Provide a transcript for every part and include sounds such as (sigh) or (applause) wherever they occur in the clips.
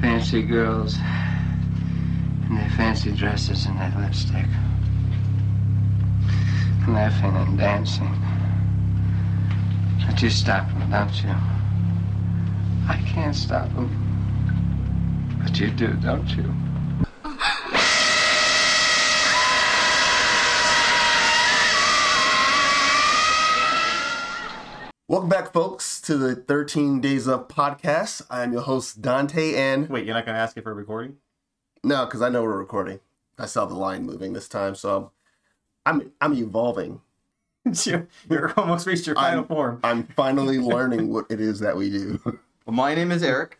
fancy girls and their fancy dresses and their lipstick. Laughing and dancing. But you stop them, don't you? I can't stop them. But you do, don't you? Welcome back, folks, to the 13 Days Up podcast. I'm your host, Dante, and Wait, you're not gonna ask if we're recording? (laughs) no, because I know we're recording. I saw the line moving this time, so I'm I'm evolving. you, you're almost reached your final I'm- form. I'm (laughs) finally learning what it is that we do. (laughs) Well, my name is Eric.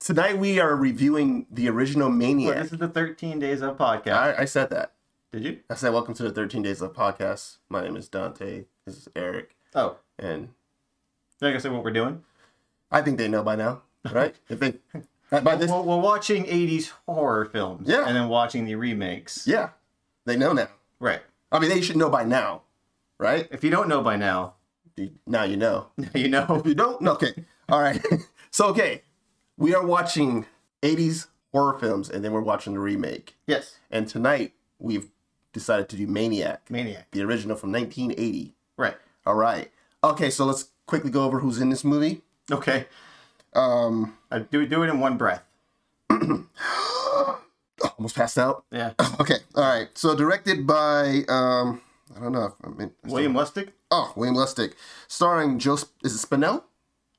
Tonight we are reviewing the original Look, Maniac. this is the 13 Days of podcast. I, I said that. Did you? I said welcome to the 13 Days Left podcast. My name is Dante. This is Eric, Oh, and they're gonna say what we're doing. I think they know by now, (laughs) right? if they by this, Well, we're watching 80s horror films. Yeah. And then watching the remakes. yeah, they know now. Right. I mean, they should know by now, right? If you don't know by now, (laughs) Now you know. you (laughs) know. You don't? No, okay. All right. (laughs) so, okay. We are watching 80s horror films and then we're watching the remake. Yes. And tonight we've decided to do Maniac, Maniac. the original from 1980. Right. All right. Okay, so let's quickly go over who's in this movie. Okay. Um, (coughs) Uh, do, do it in one breath. almost passed out. (coughs) Yeah. Okay. All right. So, directed by, um, I don't know if I mean, William Lustig? Oh, William Lustig. Starring Joe, Sp- is it Spinell?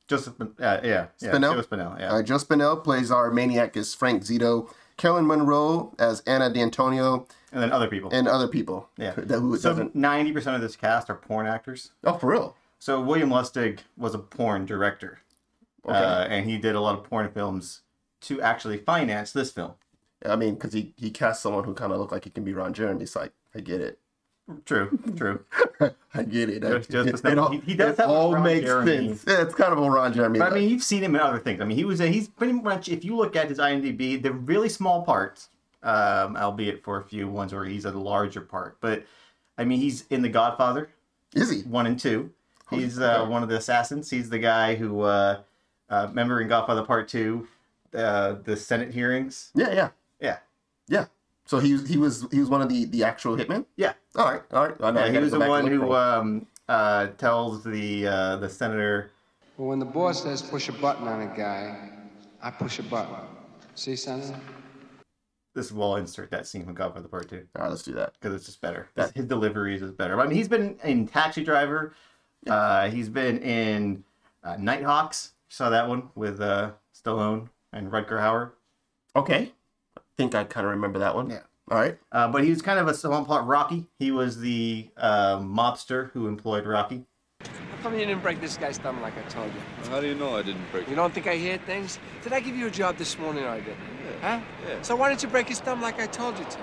Joseph. Uh, yeah. yeah Spinell? It was Spinell. Yeah. Uh, Joe Spinell plays our maniac as Frank Zito. Carolyn Monroe as Anna D'Antonio and then other people. and other people. Yeah. That who it so doesn't. 90% of this cast are porn actors. Oh, for real? So William Lustig was a porn director, Okay. uh, and he did a lot of porn films to actually finance this film. I mean, because he, he cast someone who kind of looked like he can be Ron Jeremy. So I, I get (laughs) it. True, (laughs) true. I get it. Just- just- it all, he- he does it have a all Ron makes Jeremy. sense. Yeah, it's kind of a Ron Jeremy. But I look. mean, you've seen him in other things. I mean, he was he's pretty much if you look at his IMDb, they're really small parts, um, albeit for a few ones where he's a larger part. But I mean, he's in The Godfather is he? one and two. He's Oh, yeah. uh, one of the assassins. He's the guy who uh, uh, remember in Godfather Part Two, uh, the Senate hearings. Yeah, yeah, Yeah, yeah. So he he was he was one of the the actual hitmen. yeah. All right, all right. I know I Yeah, he gotta was go the back and one look who for him. um, uh, tells the uh, the senator. Well, when the boss says push a button on a guy, I push a button. See, Senator? This will insert that scene from Godfather Part Two All right, let's do that. because it's just better. His- His delivery is just better. I mean, he's been in Taxi Driver. Uh, he's been in uh, Nighthawks. Saw that one with uh, Stallone and Rutger Hauer. Okay. I think I kind of remember that one. Yeah. All right. Uh, but he was kind of a small part Rocky. He was the uh, mobster who employed Rocky. How come you didn't break this guy's thumb like I told you? How do you know I didn't break You it? don't think I hear things? Did I give you a job this morning or I didn't? Huh? yeah. So why don't you break his thumb like I told you to?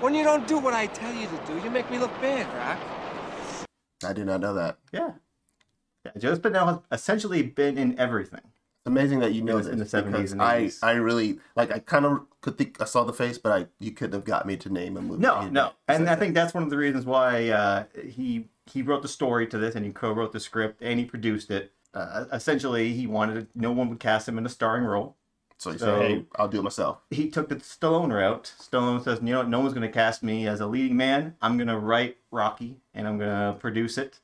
When you don't do what I tell you to do, you make me look bad, Rock. I did not know that. Yeah. yeah. Joe Spinell has essentially been in everything. It's amazing that you know was this in the 70s because and I 80s. I really like I kind of could think I saw the face, but I you couldn't have got me to name a movie. No, no, and I that think that's one of the reasons why uh, he he wrote the story to this, and he co-wrote the script, and he produced it. Uh, essentially, he wanted no one would cast him in a starring role. so you so- said, hey, I'll do it myself. He took the Stallone route. Stallone says, "You know, no one's going to cast me as a leading man. I'm going to write Rocky, and I'm going to produce it."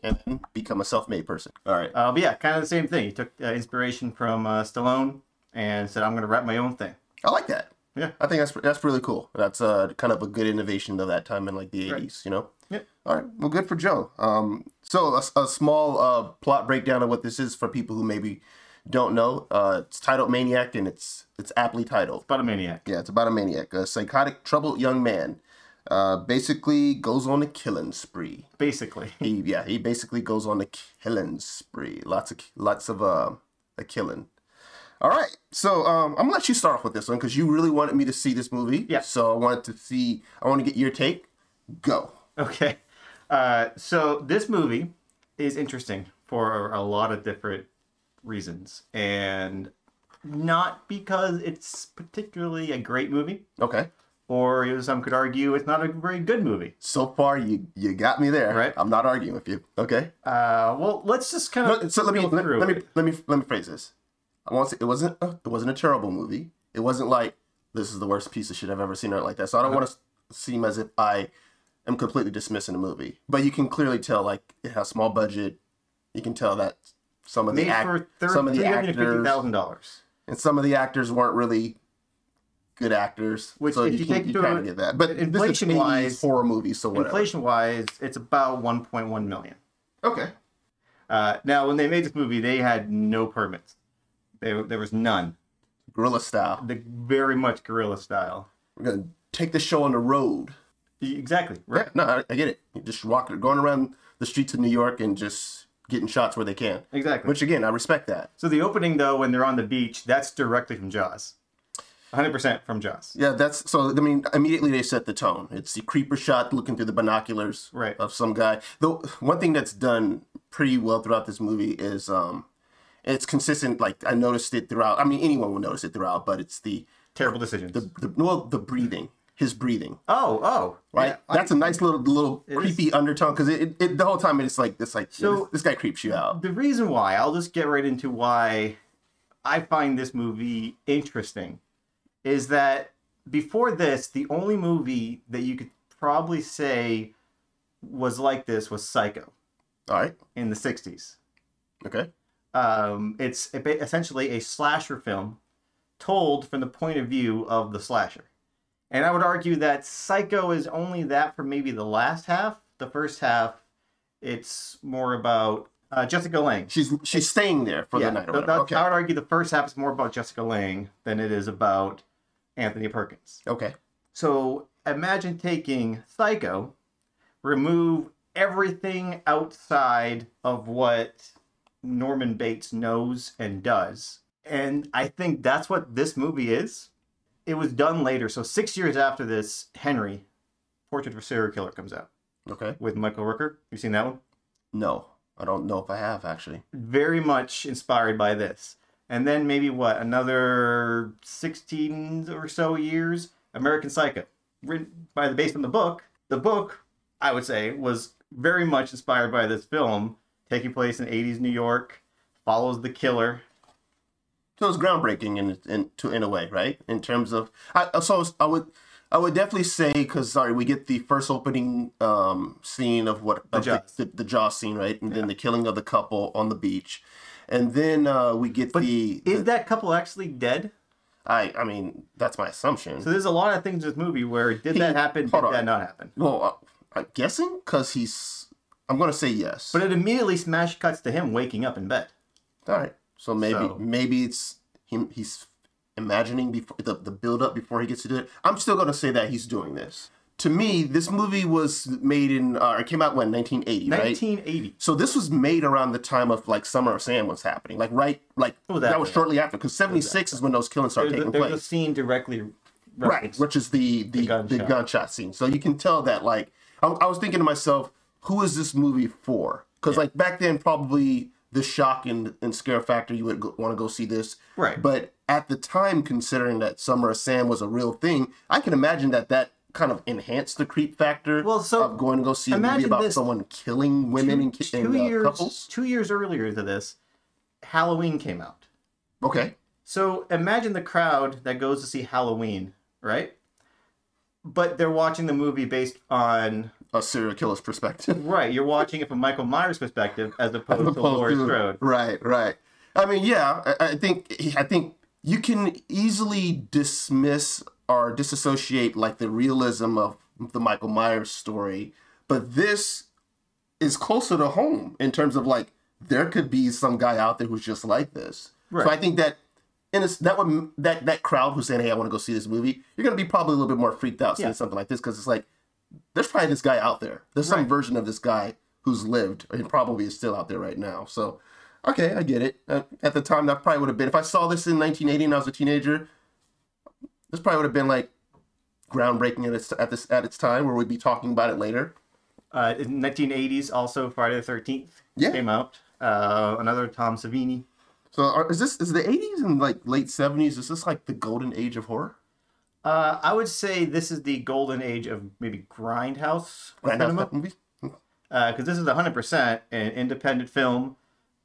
And then become a self-made person. All right. Uh, but yeah, kind of the same thing. He took uh, inspiration from uh, Stallone and said, "I'm going to write my own thing." I like that. Yeah. (laughs) I think that's that's really cool. That's uh, kind of a good innovation of that time in like the 80s, you know? Yeah. All right. Well, good for Joe. Um, so a, a small uh, plot breakdown of what this is for people who maybe don't know. Uh, it's titled Maniac and it's it's aptly titled. But a maniac. Yeah, it's about a maniac, a psychotic, troubled young man. Uh, basically goes on a killing spree. Basically, (laughs) He yeah, he basically goes on a killing spree. Lots of lots of uh, a killing. All right, so um, I'm gonna let you start off with this one because you really wanted me to see this movie. Yeah. So I wanted to see. I want to get your take. Go. Okay. Uh, so this movie is interesting for a lot of different reasons, and not because it's particularly a great movie, Okay. or as some could argue, it's not a very good movie. So far, you you got me there. Right. I'm not arguing with you. Okay. Uh, well, let's just kind No, of so let me go let, through let me it. let me let me phrase this. I want to. It wasn't. A, it wasn't a terrible movie. It wasn't like this is the worst piece of shit I've ever seen or like that. Uh-huh. So I don't want to seem as if I am completely dismissing the movie. But you can clearly tell like it has small budget. You can tell that some of the Made act, for some of the actors $350,000. and some of the actors weren't really good actors. Which, so if you, you can, take you the- kind of get that. But inflation inflation-wise- wise, horror movie. So whatever. Inflation wise, it's about 1.1 million. Okay. Uh, now, when they made this movie, they had no permits. There, there was none. Guerrilla style. The very much guerrilla style. We're gonna take the show on the road. E- Exactly. Right. Yeah, no, I, I get it. You're just walking, going around the streets of New York and just getting shots where they can. Exactly. Which again, I respect that. So the opening though, when they're on the beach, that's directly from Jaws. 100% from Jaws. Yeah, that's so. I mean, immediately they set the tone. It's the creeper shot looking through the binoculars Right. of some guy. Though one thing that's done pretty well throughout this movie is um, it's consistent. Like I noticed it throughout. I mean, anyone will notice it throughout, but it's the Terrible decisions. the well, the breathing, his breathing. Oh, oh. Right, Yeah, I- that's a nice little little is. creepy undertone because it, it, it the whole time it's like it's like So- this, this guy creeps you out. the reason why, I'll just get right into why I find this movie interesting, is that before this, the only movie that you could probably say was like this was Psycho All right, in the 60s. okay, Um, it's a bit- essentially a slasher film told from the point of view of the slasher. And I would argue that Psycho is only that for maybe the last half. The first half, it's more about uh, Jessica Lange. she's she's staying there for the night. Or th- whatever. that- okay, I would argue the first half is more about Jessica Lange than it is about Anthony Perkins. okay, So imagine taking Psycho, remove everything outside of what Norman Bates knows and does. And I think that's what this movie is. It was done later. So six years after this, Henry, Portrait of a Serial Killer, comes out okay. with Michael Rooker. You've seen that one? No, I don't know if I have actually. very much inspired by this. And then maybe what another 16 or so years, American Psycho, written by the based on the book. The book, I would say, was very much inspired by this film, taking place in 80s New York, follows the killer. So it's groundbreaking in in to in a way, right? In terms of, I uh, so I would. I would definitely say because sorry, we get the first opening um, scene of what of Jaws. the, the jaw scene, right, and then the killing of the couple on the beach, and then uh, we get the, Is the- that couple actually dead? I I mean that's my assumption. So there's a lot of things in this movie where did He- (laughs) that happen? Did hold on. that not happen? well, I, I'm guessing because he's. I'm gonna say yes. But it immediately smash cuts to him waking up in bed. All right. So maybe So- maybe it's him. He's imagining before the the build up before he gets to do it. I'm still gonna say that he's doing this. To me, this movie was made in uh, it came out when 1980, right? 1980. So this was made around the time of like Summer of Sam was happening, like right, like was that after was that. shortly after because 76 is when those killings started There's, a, taking there's a place, scene directly right? referenced. Which is the the, the, gunshot. gunshot. scene. So you can tell that like I, I was thinking to myself, who is this movie for? Because like back then, probably the shock and, and scare factor, you would want to go see this, Right. But at the time, considering that Summer of Sam was a real thing, I can imagine that that kind of enhanced the creep factor. Well, so of going to go see a movie imagine about this. someone killing women and, ki- and uh, years, couples. Two years earlier to this, Halloween came out. Okay, So imagine the crowd that goes to see Halloween, right? But they're watching the movie based on a serial killer's perspective. right. You're watching it from Michael Myers' perspective as opposed, to opposed Laurie to- Strode. Right, right. I mean, yeah, I, I think I think you can easily dismiss or disassociate like the realism of the Michael Myers story, but this is closer to home in terms of like there could be some guy out there who's just like this. Right. So I think that. And it's, that would that that crowd who's saying, "Hey, I want to go see this movie," you're gonna be probably a little bit more freaked out seeing Yeah. something like this because it's like there's probably this guy out there. There's some Right. version of this guy who's lived and probably is still out there right now. So, okay, I get it. Uh, at the time, that probably would have been, if I saw this in 1980 and I was a teenager, this probably would have been like groundbreaking at its, at this, at its time where we'd be talking about it later. Uh, in 1980s, also Friday the 13th Yeah. came out. Uh, another Tom Savini. So, are, is this, is the 80s and like late 70s, is this like the golden age of horror? Uh, I would say this is the golden age of maybe Grindhouse Right now, cinema. Uh, that movie? because this is 100% an independent film.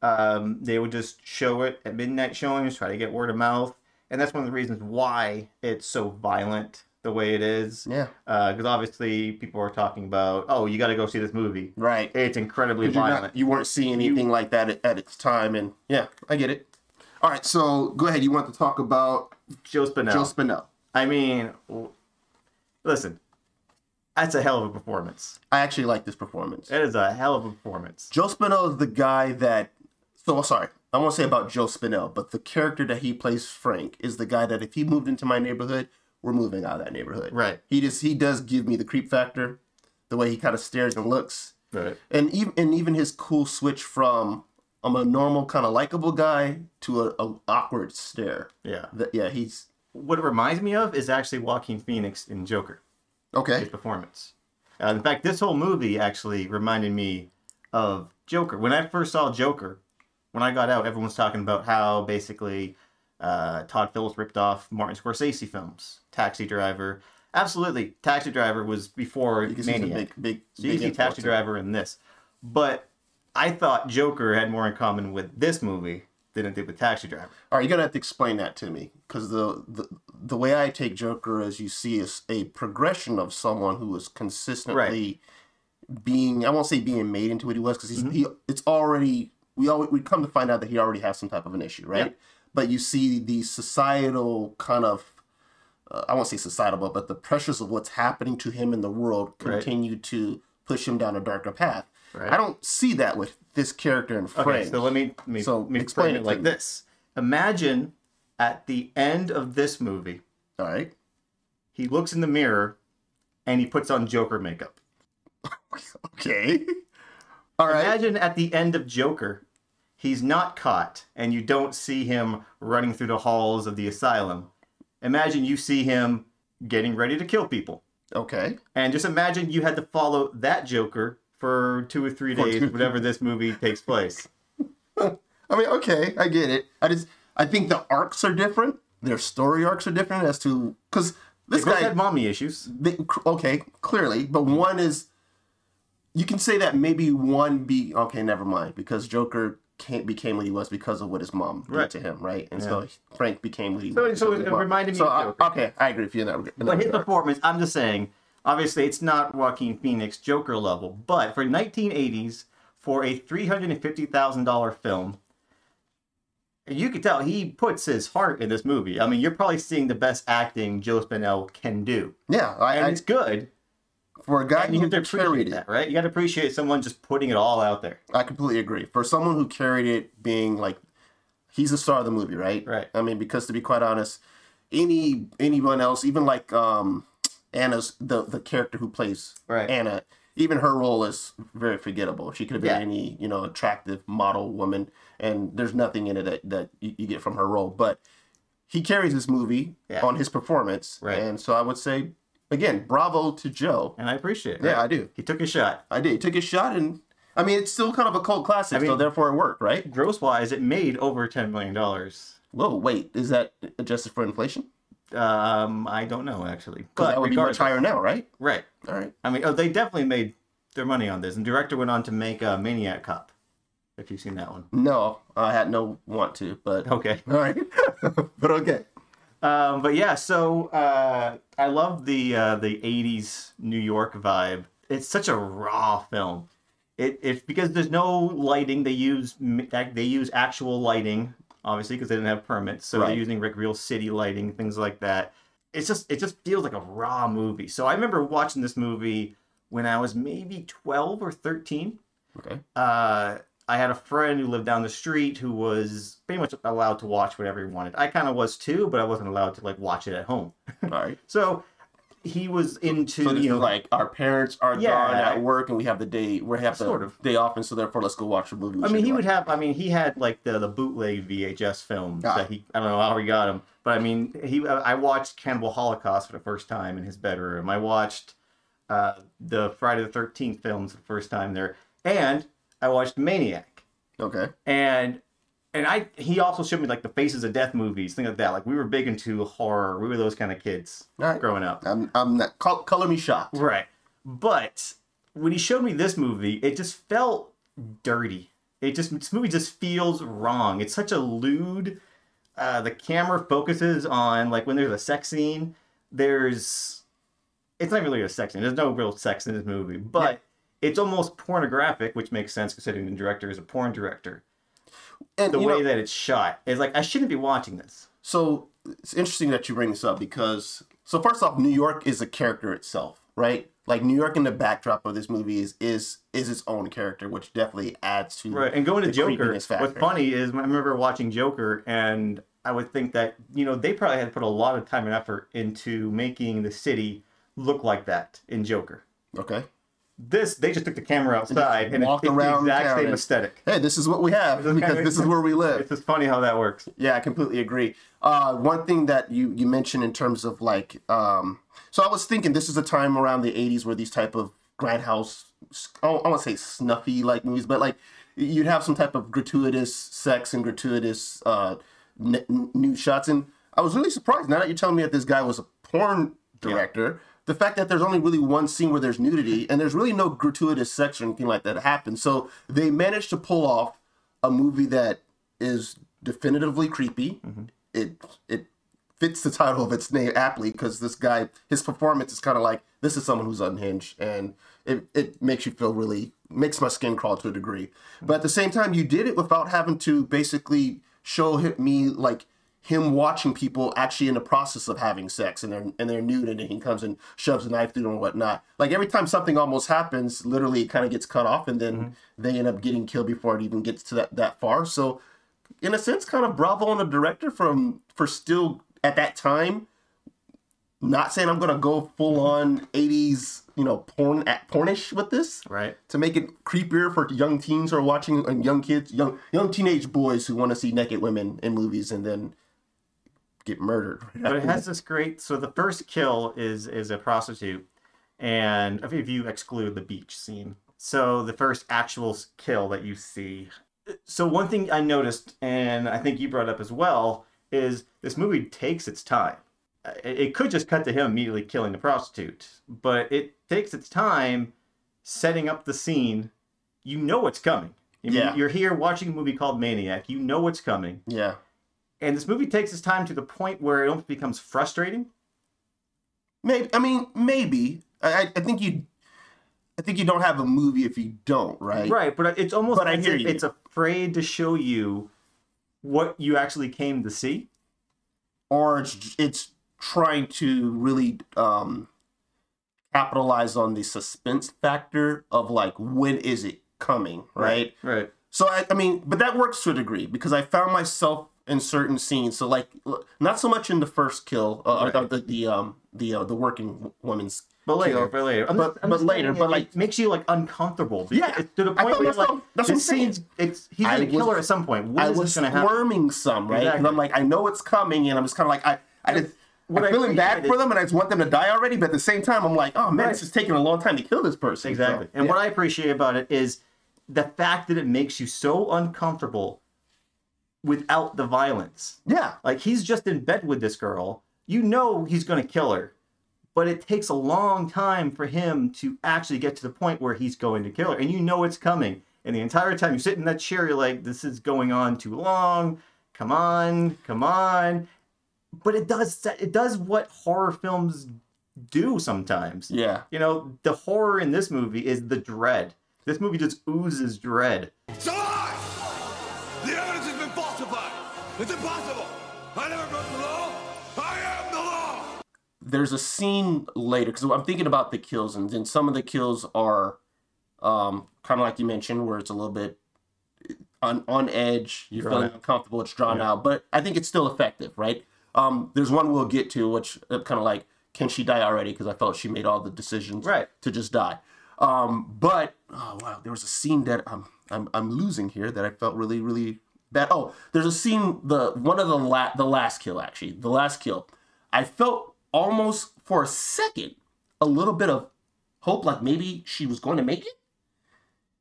Um, they would just show it at midnight showings, try to get word of mouth, and that's one of the reasons why it's so violent the way it is. Yeah. Because obviously people are talking about, oh, you got to go see this movie. Right. It's incredibly You're violent. not, you weren't seeing anything like that at, at its time, and yeah, I get it. All right, so go ahead. You want to talk about Joe Spinell. Joe Spinell? I mean, w- listen, that's a hell of a performance. I actually like this performance. That is a hell of a performance. Joe Spinell is the guy that. So sorry, I won't say about Joe Spinell, but the character that he plays, Frank, is the guy that if he moved into my neighborhood, we're moving out of that neighborhood. Right. He just he does give me the creep factor, the way he kind of stares and looks, Right. and even and even his cool switch from I'm a normal kind of likable guy to a, a awkward stare. Yeah. That yeah he's What it reminds me of is actually Joaquin Phoenix in Joker, his okay. performance. Uh, in fact, this whole movie actually reminded me of Joker. When I first saw Joker, when I got out, everyone was talking about how basically uh, Todd Phillips ripped off Martin Scorsese films, Taxi Driver. Absolutely, Taxi Driver was before Because he's a Maniac. big big. So you big see Taxi influencer. Driver in this. But I thought Joker had more in common with this movie than it did with Taxi Driver. All right, you're gonna have to explain that to me because the, the the way I take Joker as you see is a progression of someone who is consistently being I won't say being made into what he was because Mm-hmm. he's he it's already we always we come to find out that he already has some type of an issue right Yep. but you see the societal kind of uh, I won't say societal but, but the pressures of what's happening to him in the world Right. continue to push him down a darker path Right. I don't see that with this character in Frank Okay, so let me, let me, So let me explain explain it it to like me. this. Imagine at the end of this movie, all right he looks in the mirror and he puts on Joker makeup. okay (laughs) all right. Imagine at the end of Joker, he's not caught and you don't see him running through the halls of the asylum. Imagine you see him getting ready to kill people. Okay. And just imagine you had to follow that Joker for two or three days, whatever this movie takes place. I mean, okay, I get it. I just I think the arcs are different. Their story arcs are different as to because this They both guy. had mommy issues. they, okay, clearly, but one is. You can say that maybe one be okay. Never mind, because Joker can't became what he was because of what his mom did Right. to him, right? And so Frank became what he was. so because of it his mom. reminded me So of I- Joker. okay, I agree with you in that. reg- in that But his regard. performance, I'm just saying, obviously it's not Joaquin Phoenix Joker level, but for 1980s, for a $350,000 film, you could tell he puts his heart in this movie. I mean, you're probably seeing the best acting Joe Spinell can do. yeah, I, And I, it's good. for a guy And you who have to appreciate carried it, that, right? You got to appreciate someone just putting it all out there. I completely agree. For someone who carried it, being like, he's the star of the movie, right? Right. I mean, because to be quite honest, any anyone else, even like um, Anna's the the character who plays Right. Anna, even her role is very forgettable. She could have been Yeah. any you know attractive model woman, and there's nothing in it that that you, you get from her role. But he carries this movie Yeah. on his performance, Right. and so I would say again, bravo to Joe. And I appreciate it. Yeah, I do. He took a shot. I did. He took his shot, and I mean, it's still kind of a cult classic, I mean- so therefore it worked, right? gross wise, it made over ten million dollars. Whoa, wait, is that adjusted for inflation? Um, I don't know actually, Because but that would be much regardless, higher now, right? right? All right. I mean, oh, they definitely made their money on this. And director went on to make uh, Maniac Cop, if you've seen that one. No, I had no want to, but (laughs) all Okay. right, but okay. Um, but yeah, so uh, I love the uh, the '80s New York vibe. It's such a raw film. It, it's because there's no lighting. They use m- that- they use actual lighting, obviously, because they didn't have permits. So Right. they're using like real city lighting, things like that. It's just it just feels like a raw movie. So I remember watching this movie when I was maybe 12 or 13 Okay. uh, I had a friend who lived down the street who was pretty much allowed to watch whatever he wanted. I kind of was too, but I wasn't allowed to like watch it at home. All right. So he was into So this you know is like our parents are Yeah. gone at work, and we have the day we have the Sort of. day off, and so therefore let's go watch a movie. we I mean, should he would watch. have. I mean, he had like the the bootleg VHS films Ah. that he. I don't know how he got them, but I mean, he. uh, I watched Cannibal Holocaust for the first time in his bedroom. I watched uh, the Friday the Thirteenth films for the first time there, and I watched Maniac. Okay. and and I he also showed me like the Faces of Death movies, things like that. Like we were big into horror. We were those kind of kids All right. growing up. I'm I'm not col- color me shocked. Right. But when he showed me this movie, it just felt dirty. It just this movie just feels wrong. It's such a lewd. Uh, the camera focuses on like when there's a sex scene. There's it's not really a sex scene. There's no real sex in this movie, but it's almost pornographic, which makes sense considering the director is a porn director. And The you way know, that it's shot is like I shouldn't be watching this. so it's interesting that you bring this up because so first off, New York is a character itself, right? Like New York in the backdrop of this movie is is is its own character, which definitely adds to Right. And going to Mm-hmm. the Joker, creepiness what's factor. funny is I remember watching Joker and I would think that, you know, they probably had put a lot of time and effort into making the city look like that in Joker. Okay. This, they just took the camera outside and walked it's, it's the around exact town same and- (laughs) aesthetic. Hey, this is what we have is because kinda- this is where we live. It's just funny how that works. Yeah, I completely agree. Uh, one thing that you you mentioned in terms of like, um, so I was thinking this is a time around the '80s where these type of grindhouse, I don't want to say snuffy like movies, but like you'd have some type of gratuitous sex and gratuitous uh, n- n- nude shots. And I was really surprised now that you're telling me that this guy was a porn director. The fact that there's only really one scene where there's nudity and there's really no gratuitous sex or anything like that happens. So they managed to pull off a movie that is definitively creepy. It it fits the title of its name aptly because this guy, his performance is kind of like this is someone who's unhinged, and it it makes you feel really makes my skin crawl to a degree. But at the same time, you did it without having to basically show hi- me like him watching people actually in the process of having sex and they're and they're nude and then he comes and shoves a knife through them and whatnot. Like every time something almost happens, literally it kind of gets cut off and then they end up getting killed before it even gets to that, that far. So in a sense, kind of bravo on the director from for still at that time. Not saying I'm gonna go full on '80s, you know, porn at pornish with this Right. to make it creepier for young teens who are watching and young kids, young young teenage boys who want to see naked women in movies and then get murdered. but it has this great. So the first kill is is a prostitute, and if you exclude the beach scene, so the first actual s- kill that you see. So one thing I noticed, and I think you brought up as well, is this movie takes its time. Uh, It it could just cut to him immediately killing the prostitute, but it takes its time setting up the scene. You know what's coming. I mean, Yeah. You're here watching a movie called Maniac. You know what's coming. Yeah, And this movie takes its time to the point where it almost becomes frustrating. maybe. I mean, maybe. I I- I think you, I think you don't have a movie if you don't, right? Right, but it's almost But I like hear it- you. it's afraid to show you what you actually came to see. Or it's it's trying to really um capitalize on the suspense factor of like when is it coming, right? Right. So I, I mean, but that works to a degree because I found myself in certain scenes. So like, l- not so much in the first kill, uh, Right. uh, the the um the uh, the working woman's. But later, kill. but later, I'm But- I'm but later, saying but it- like- it makes you like uncomfortable. Yeah, It's to the I point thought where you're myself- like that's what this I'm saying. scene's it's he's I gonna kill was- her at some point. When I is was this gonna happen? squirming some right, and I'm Exactly. like, I know it's coming, and I'm just kind of like, I I just. What I'm I feeling bad appreciated- for them, and I just want them to die already. But at the same time, I'm like, oh man, Right. this is taking a long time to kill this person. Exactly. So, And yeah. what I appreciate about it is the fact that it makes you so uncomfortable without the violence. yeah, Like he's just in bed with this girl. You know he's gonna kill her, but it takes a long time for him to actually get to the point where he's going to kill her, and you know it's coming. And the entire time you sit in that chair, you're like, "This is going on too long. Come on, come on." But it does set- it does what horror films do sometimes. yeah. You know, the horror in this movie is the dread. This movie just oozes dread. It's a lie! The evidence has been falsified! It's impossible! I never broke the law! I am the law! there's a scene later because I'm thinking about the kills, and then some of the kills are um, kind of like you mentioned, where it's a little bit eh, on on edge. You're Drawn feeling out. uncomfortable. It's drawn out, but I think it's still effective, right? Um, there's one we'll get to, which kind of like, can she die already? Because I felt she made all the decisions Right. to just die. Um, but oh wow, there was a scene that I'm I'm I'm losing here that I felt really really bad. Oh, there's a scene the one of the la- the last kill actually the last kill. I felt almost for a second a little bit of hope, like maybe she was going to make it,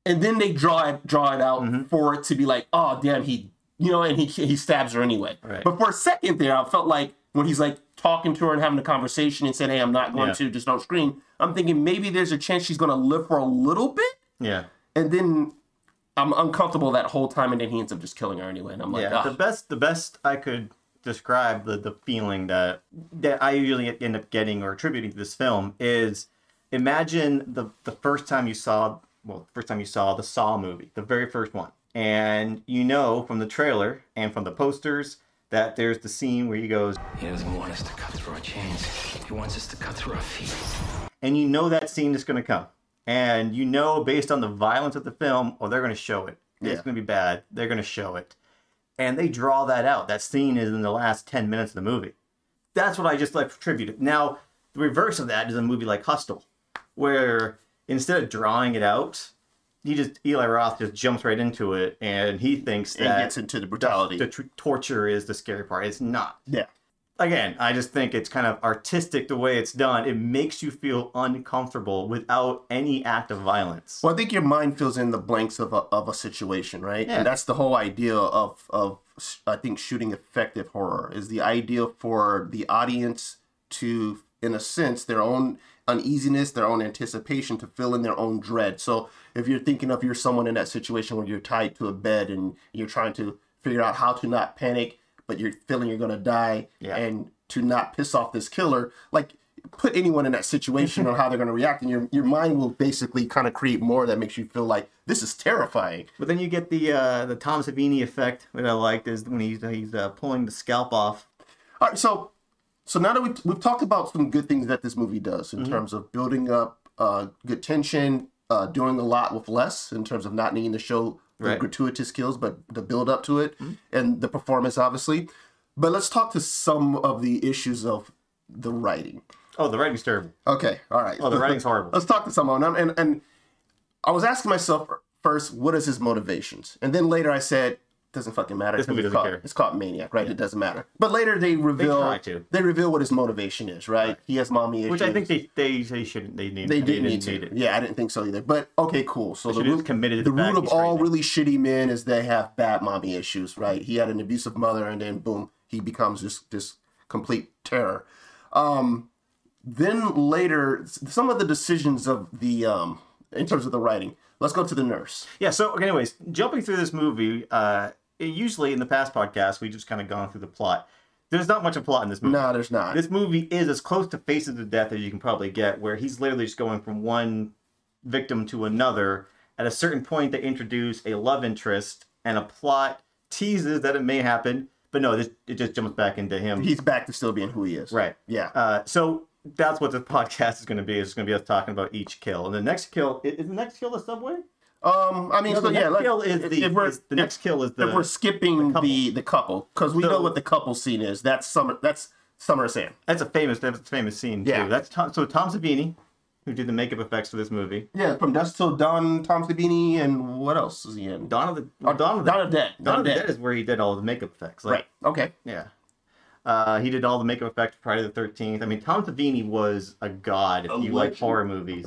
and then they draw it draw it out Mm-hmm. for it to be like, oh damn, he you know, and he he stabs her anyway. Right. But for a second there, I felt like when he's like talking to her and having a conversation and said, hey, I'm not going Yeah. to just don't scream. I'm thinking maybe there's a chance she's going to live for a little bit, Yeah. and then I'm uncomfortable that whole time, and then he ends up just killing her anyway. And I'm like, yeah, ah. the best the best I could describe the the feeling that that I usually end up getting or attributing to this film is imagine the the first time you saw well first time you saw the Saw movie, the very first one, and you know from the trailer and from the posters that there's the scene where he goes He doesn't want us to cut through our chains. He wants us to cut through our feet. and you know that scene is going to come. And you know, based on the violence of the film, oh, they're going to show it. Yeah. It's going to be bad. They're going to show it. And they draw that out. That scene is in the last 10 minutes of the movie. That's what I just like attributed. Now, the reverse of that is a movie like Hustle, where instead of drawing it out, he just, Eli Roth just jumps right into it and he thinks and that gets into the brutality. the tr- torture is the scary part. It's not yeah, again, I just think it's kind of artistic the way it's done. It makes you feel uncomfortable without any act of violence. Well, I think your mind fills in the blanks of a, of a situation, right? Yeah. And that's the whole idea of of I think shooting effective horror is the idea for the audience to, in a sense, their own uneasiness, their own anticipation to fill in their own dread. So if you're thinking of you're someone in that situation where you're tied to a bed and you're trying to figure out how to not panic, but you're feeling you're gonna die, Yeah. and to not piss off this killer, like put anyone in that situation on how they're going to react, and your your mind will basically kind of create more that makes you feel like this is terrifying. But then you get the uh, the Tom Savini effect that I liked is when he's he's uh, pulling the scalp off. All right, so so now that we've we've talked about some good things that this movie does in Mm-hmm. terms of building up uh, good tension, uh, doing a lot with less in terms of not needing to show the Right. Mm-hmm. gratuitous kills, but the build up to it and the performance, obviously. But let's talk to some of the issues of the writing. Oh, the writing's terrible. Okay, all right. Oh, (laughs) the writing's horrible. let's talk to someone. And, and and I was asking myself first, what is his motivations? And then later I said, doesn't fucking matter. This 'cause movie it's doesn't called, care. It's called Maniac, right? It doesn't matter. But later they reveal try to. they reveal what his motivation is, right? He has mommy issues. Which I think they they, they shouldn't they need they didn't need need to. it. Yeah, I didn't think so either. But okay, cool. So the should've root, committed to the the fact root of he's all raping. really shitty men is they have bad mommy issues, right? He had an abusive mother, and then boom, he becomes this this complete terror. Um, then later, s- some of the decisions of the um, in terms of the writing. Let's go to the nurse. Yeah. So, okay, anyways, jumping through this movie, uh, it- usually in the past podcast we just kind of gone through the plot. There's not much of plot in this movie. No, there's not. Hmm. this movie is as close to faces of death as you can probably get, where he's literally just going from one victim to another. At a certain point, they introduce a love interest and a plot teases that it may happen, but no, this, it just jumps back into him. He's back to still being who he is. right. Yeah. Uh, so that's what this (laughs) podcast is going to be. It's going to be us talking about each kill. And the next kill is, is the next kill the subway. Um. I mean, No, so the yeah. next let- kill is if- the, if we're- is- the next kill is the if we're skipping the the couple because we So- know what the couple scene is. That's summer. That's summer Sam. that's a famous that's a famous scene Yeah. too. That's Tom, so Tom Savini, who did the makeup effects for this movie. Yeah, from Dust Till Dawn, Tom Scabini, and what else is he in? Dawn of the well, Oh, Dawn of the Dawn of Dead. Dawn of the Dead is where he did all the makeup effects. Like, Right. Okay. Yeah. Uh, he did all the makeup effects for Friday the Thirteenth. I mean, Tom Savini was a god if A you like legend. horror movies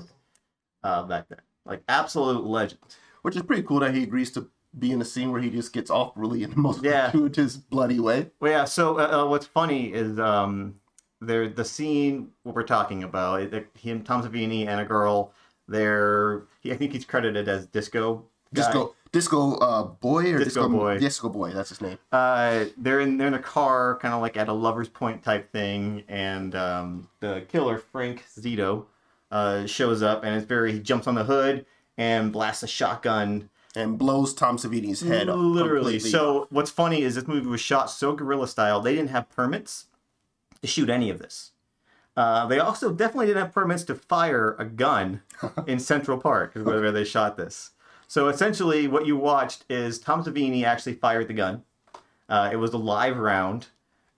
uh, back then. Like absolute legend. Which is pretty cool that he agrees to be in a scene where he just gets off really in the most Yeah. gratuitous, bloody way. Well, yeah. So uh, uh, what's funny is um, there the scene what we're talking about. It, it- him, Tom Savini, and a girl. They're he, I think he's credited as Disco. guy. Disco, disco uh, boy or Disco Boy. Disco boy. That's his name. uh, they're in they're in a car, kind of like at a lover's point type thing, and um, the killer Frank Zito uh, shows up, and it's very he jumps on the hood and blasts a shotgun, And blows Tom Savini's head off. literally. completely. So what's funny is this movie was shot so guerrilla style they didn't have permits to shoot any of this. Uh, they also definitely didn't have permits to fire a gun in Central Park, is where they shot this. So essentially, what you watched is Tom Savini actually fired the gun. Uh, it was a live round,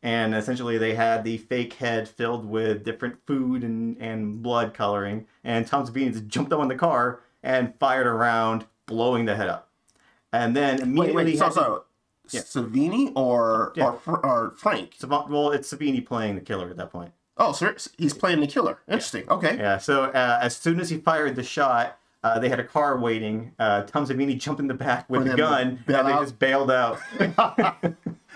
and essentially they had the fake head filled with different food and, and blood coloring. And Tom Savini just jumped up on the car and fired around, blowing the head up. And then wait, immediately, wait. So, had- so Savini or Yeah. or Fr- or Frank? Sav- well, it's Savini playing the killer at that point. Oh, sir, he's playing the killer. Interesting. Okay. Yeah. So uh, as soon as he fired the shot, uh, they had a car waiting. Uh, Tom Savini jumped in the back with For a them gun, to bail and they out. just bailed out. (laughs) (laughs)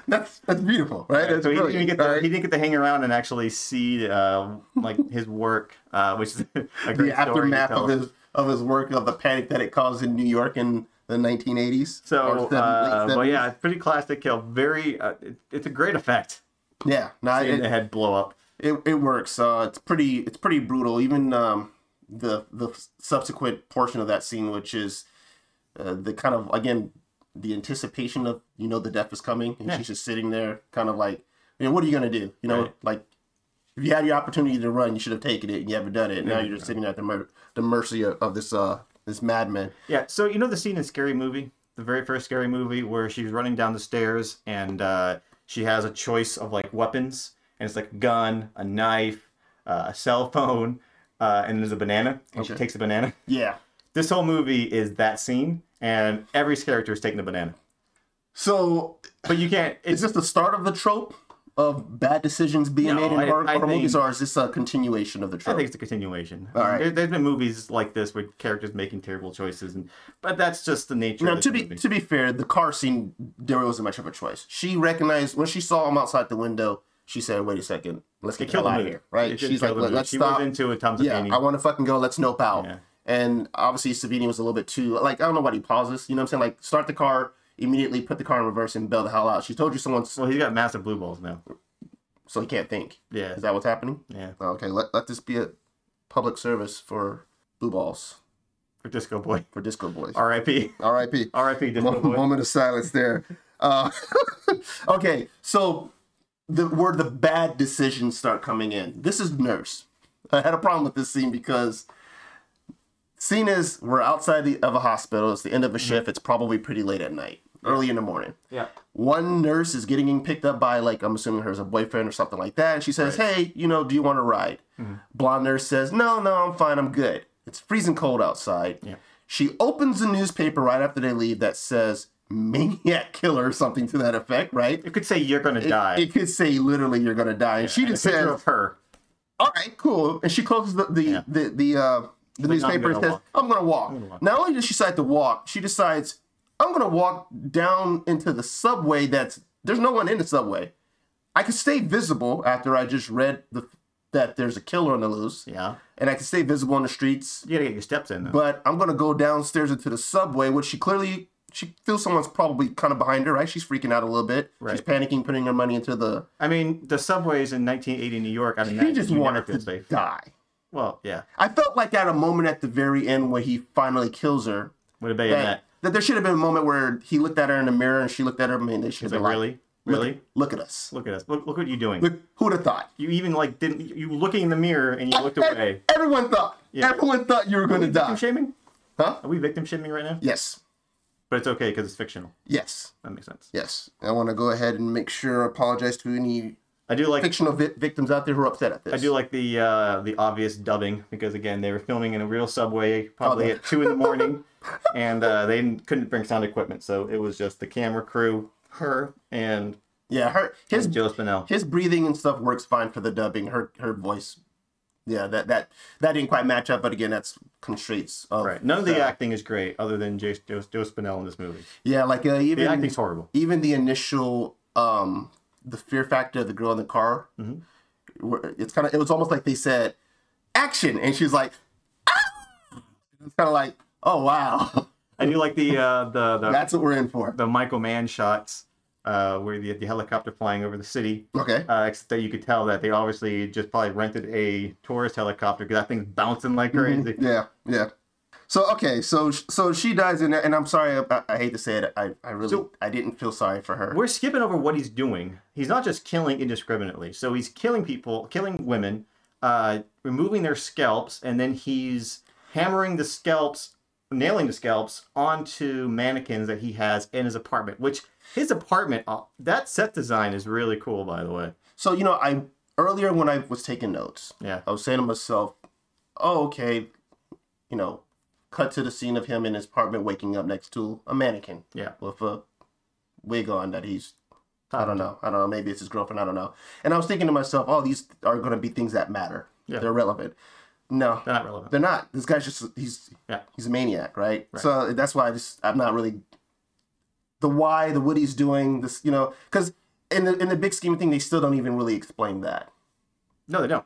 That's that's beautiful, right? That's so he didn't, brilliant, even get to, right? he didn't get to hang around and actually see uh, like his work, uh, which is (laughs) the a great story to aftermath tell. of his of his work of the panic that it caused in New York and the 1980s. Or So, seven- late uh, but 70s. yeah, it's pretty classic kill. Very, uh, it, it's a great effect. yeah, no, Seeing the it, head blow up. it, it works. Uh, it's pretty it's pretty brutal. Even um, the the subsequent portion of that scene, which is uh, the kind of again the anticipation of you know the death is coming, and she's just sitting there, kind of like, you know, what are you gonna do? You know, Right. like if you had your opportunity to run, you should have taken it, and you haven't done it. now you're just sitting at the mer- the mercy of, of this uh this madman. Yeah. So you know the scene in Scary Movie, the very first Scary Movie, where she's running down the stairs and uh, she has a choice of like weapons, and it's like a gun, a knife, uh, a cell phone, uh, and there's a banana, and she Okay. takes a banana. Yeah. This whole movie is that scene, and every character is taking a banana. So But you can't. is this It's the start of the trope of bad decisions being No, made in I- horror I horror movies, think- or is this a continuation of the I trope? think it's a continuation. All right. There, there's been movies like this with characters making terrible choices, and but that's just the nature. Now, of to this be movie. to be fair, the car scene there wasn't much of a choice. She recognized when she saw him outside the window. She said, "Wait a second, let's get It the hell killed the out of movie. here!" Right? It did She's kill like, the movie. "Let's She was stop." into a Tom yeah, Savini. I want to fucking go. Let's nope out. Yeah. And obviously, Savini was a little bit too like I don't know why he pauses. You know what I'm saying? Like, start the car immediately, put the car in reverse, and bail the hell out. She told you someone's well, he's got massive blue balls now. so he can't think. Yeah. Is that what's happening? Yeah. Okay, let, let this be a public service for blue balls For Disco Boy. (laughs) for Disco Boys. R.I.P. R.I.P. R.I.P. Disco Mo- Boy. moment of silence there. Uh, (laughs) okay, so the where the bad decisions start coming in. This is Nurse. I had a problem with this scene because scene is we're outside the, of a hospital. It's the end of a shift. It's probably pretty late at night, early in the morning. Yeah. One nurse is getting picked up by like I'm assuming her as a boyfriend or something like that. And she says, "Hey, you know, do you want to ride?" Mm-hmm. Blonde nurse says, "No, no, I'm fine. I'm good. It's freezing cold outside." Yeah. She opens the newspaper right after they leave that says maniac killer or something to that effect, right? You could say you're gonna die. It could say literally you're gonna die. And she And a just picture says, of her. all right, cool. And she closes the the Yeah. the, the uh the like, newspaper "I'm and gonna says, walk. "I'm gonna walk." walk. Not only does she decide to walk, she decides, "I'm gonna walk down into the subway." That's there's no one in the subway. I can stay visible after I just read the that there's a killer on the loose, Yeah. and I can stay visible on the streets. You gotta get your steps in though. But I'm gonna go downstairs into the subway, which she clearly she feels someone's probably kind of behind her. Right? She's freaking out a little bit. She's Right. panicking, putting her money into the. I mean, the subways in 1980 New York. I mean, She that- just you never wanted feel to safe. die. Well, yeah. I felt like at a moment at the very end where he finally kills her, Would have been that, that. that there should have been a moment where he looked at her in the mirror and she looked at him and they should It's have like been like, really, really. look at us. Look at us. Look, look what you're doing. Look, who'd have thought? You even like didn't. You you looking in the mirror and you (laughs) looked away. Everyone thought. Yeah. Everyone thought you were going to die. Victim shaming? Huh? Are we victim shaming right now? Yes. But it's okay because it's fictional. Yes. That makes sense. Yes. I want to go ahead and make sure I apologize to any I do like. fictional vi- victims out there who are upset at this. I do like the uh, the obvious dubbing because again they were filming in a real subway probably they- at two in the (laughs) morning, and uh, they didn't- couldn't bring sound equipment, so it was just the camera crew, her, and Yeah, her his Joe Spinell. his breathing and stuff works fine for the dubbing. Her her voice, yeah, that that that didn't quite match up. But again, that's constraints. Of, Right. None of the so- acting is great other than Joe, Joe, Joe Spinell in this movie. Yeah, like uh, even The acting's horrible. even the initial um the fear factor of the girl in the car Mm-hmm. where it's kind of it was almost like they said action and she's like "Ah!" it's kind of like oh wow (laughs) I do like the uh, the the, that's what we're in for the Michael Mann shots uh, where the the helicopter flying over the city. okay Uh, except that you could tell that they obviously just probably rented a tourist helicopter because that thing's bouncing like crazy. yeah yeah so okay so so she dies in and i'm sorry i, I hate to say it i, I really So- i didn't feel sorry for her We're skipping over what he's doing. He's not just killing indiscriminately. So he's killing people, killing women, uh, removing their scalps, and then he's hammering the scalps, nailing the scalps onto mannequins that he has in his apartment. Which his apartment, uh, that set design is really cool, by the way. so you know i earlier when i was taking notes Yeah. I was saying to myself, oh, okay, you know, cut to the scene of him in his apartment waking up next to a mannequin Yeah. with a wig on that he's, I don't know, I don't know, maybe it's his girlfriend, I don't know. And I was thinking to myself, oh, these are going to be things that matter. Yeah. They're relevant. No, They're not relevant. they're not. This guy's just, he's, Yeah. he's a maniac, right? So that's why I just, I'm not really, the why, the what he's doing, this, you know, because in the, in the big scheme of thing, they still don't even really explain that. No, they don't.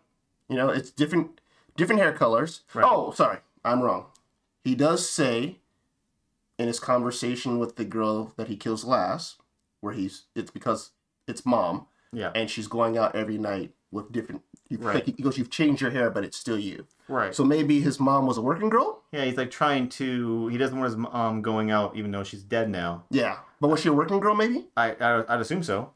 You know, it's different different hair colors. Right. Oh, sorry, I'm wrong. He does say in his conversation with the girl that he kills last, where he's it's because it's mom, Yeah. and she's going out every night with different. You, Right. like, he goes, "You've changed your hair, but it's still you." right. So maybe his mom was a working girl. yeah, he's like trying to. He doesn't want his mom going out, even though she's dead now. Yeah, but was she a working girl? Maybe I, I I'd assume so.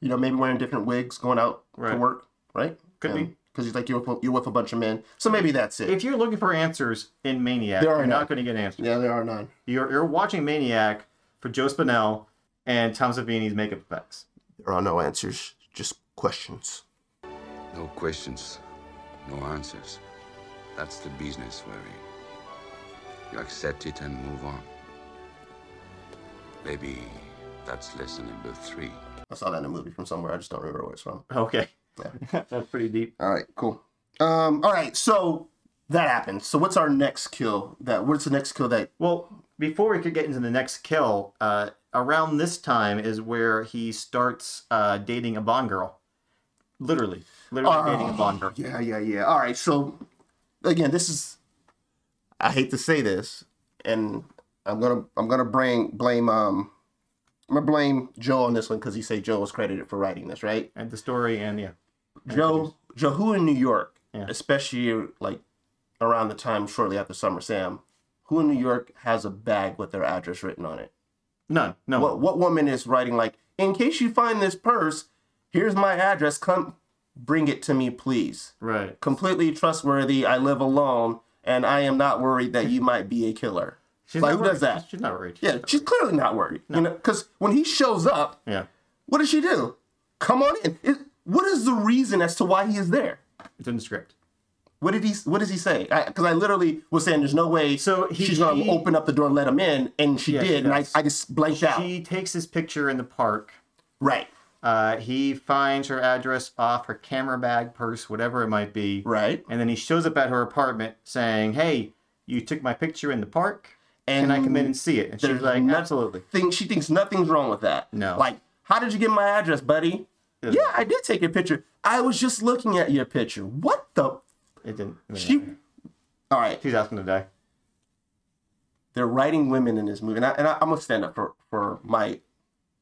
you know, maybe wearing different wigs, going out to Right. work, right? Could be. because he's like you're with- you're with a bunch of men. So maybe that's it. If you're looking for answers in Maniac, There are you're none. not going to get answers. yeah, there are none. You're you're watching Maniac for Joe Spinell and Tom Savini's makeup effects. (laughs) There are no answers, just questions. No questions, no answers. That's the business we're in. You accept it and move on. Maybe that's lesson number three. I saw that in a movie from somewhere. I just don't remember where it's from. Okay, that's pretty deep. All right, cool. Um, all right, so that happened. So what's our next kill? That what's the next kill that? Well, before we could get into the next kill, uh, around this time is where he starts uh, dating a Bond girl. Literally, literally dating a Bond girl. Uh, Oh, Yeah, yeah, yeah. All right, so again, this is. I hate to say this, and I'm gonna I'm gonna bring blame um. I'm gonna blame Joe on this one because he say Joe was credited for writing this, right? And the story and yeah, Joe, Joe, who in New York, Yeah. especially like around the time shortly after Summer Sam, who in New York has a bag with their address written on it? none, no. What what woman is writing like, in case you find this purse, here's my address. Come bring it to me, please. Right. Completely trustworthy. I live alone, and I am not worried that you might be a killer. She's like not who worried. does that? She's not worried. Yeah, she's clearly not worried. You know, because when he shows up, Yeah. what does she do? Come on in. It, what is the reason as to why he is there? It's in the script. What did he? What does he say? Because I, literally was saying, "There's no way." So he- she's gonna he- open up the door and let him in, and she Yeah, did, she and I, does. I just blanked out. She takes his picture in the park. Right, Uh, he finds her address off her camera bag, purse, whatever it might be. right. And then he shows up at her apartment saying, Hey, you took my picture in the park. Can I come in and see it? And she's there's like, nothing- Absolutely. Think she thinks nothing's wrong with that. No. Like, how did you get my address, buddy? Yeah. Yeah, I did take your picture. I was just looking at your picture. What the? It didn't. it didn't She. happen. All right. She's asking to die. they're writing women in this movie, and, I, and I, I'm gonna stand up for for my,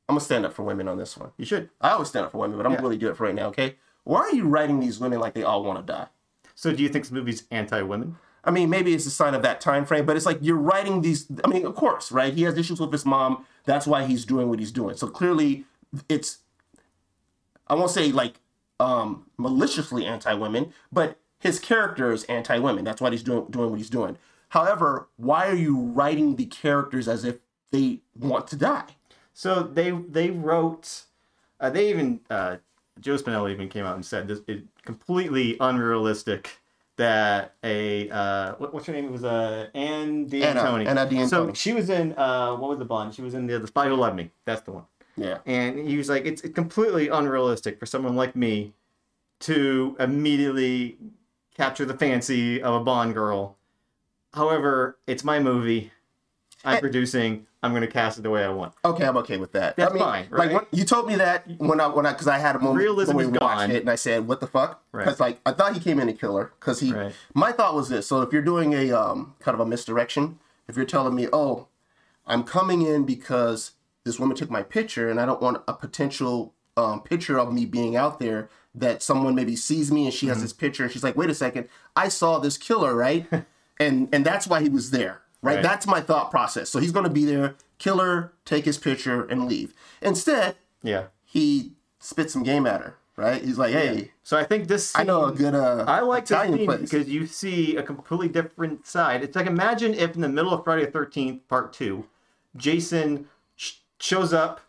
I'm gonna stand up for women on this one. You should. I always stand up for women, but I'm Yeah. gonna really do it for right now. Okay, why are you writing these women like they all want to die? So do you think this movie's anti women? I mean, maybe it's a sign of that time frame, but it's like you're writing these. I mean, of course, right? He has issues with his mom. That's why he's doing what he's doing. So clearly, it's. I won't say like um, maliciously anti-women, but his character is anti-women. That's why he's doing doing what he's doing. However, why are you writing the characters as if they want to die? So they they wrote, uh, they even uh, Joe Spinelli even came out and said this is completely unrealistic that a uh, what, what's her name it was uh, Anne D'Antoni. Anna D'Antoni. So she was in uh, what was the Bond? She was in the the Spy Who Loved Me. That's the one. Yeah. And he was like, it's completely unrealistic for someone like me to immediately capture the fancy of a Bond girl. However, it's my movie. I'm producing. I'm going to cast it the way I want. Okay, I'm okay with that. That's I mean, fine, Like right? when, you told me that when I when I because I had a moment Realism when we is watched gone. it, and I said, "What the fuck?" Right. Because like I thought he came in to kill her because he. Right. (clears throat) My thought was this: so if you're doing a um kind of a misdirection, if you're telling me, "Oh, I'm coming in because this woman took my picture and I don't want a potential um, picture of me being out there that someone maybe sees me and she Mm-hmm. has this picture and she's like, wait a second, I saw this killer, (laughs) right? and and that's why he was there, right? Right. That's my thought process. So he's gonna be there, killer, take his picture and leave. Instead, Yeah. he spits some game at her, right? He's like, hey, So I think this. Scene, I know a good uh, I like this Italian scene place. because you see a completely different side. It's like imagine if in the middle of Friday the Thirteenth Part Two, Jason sh- shows up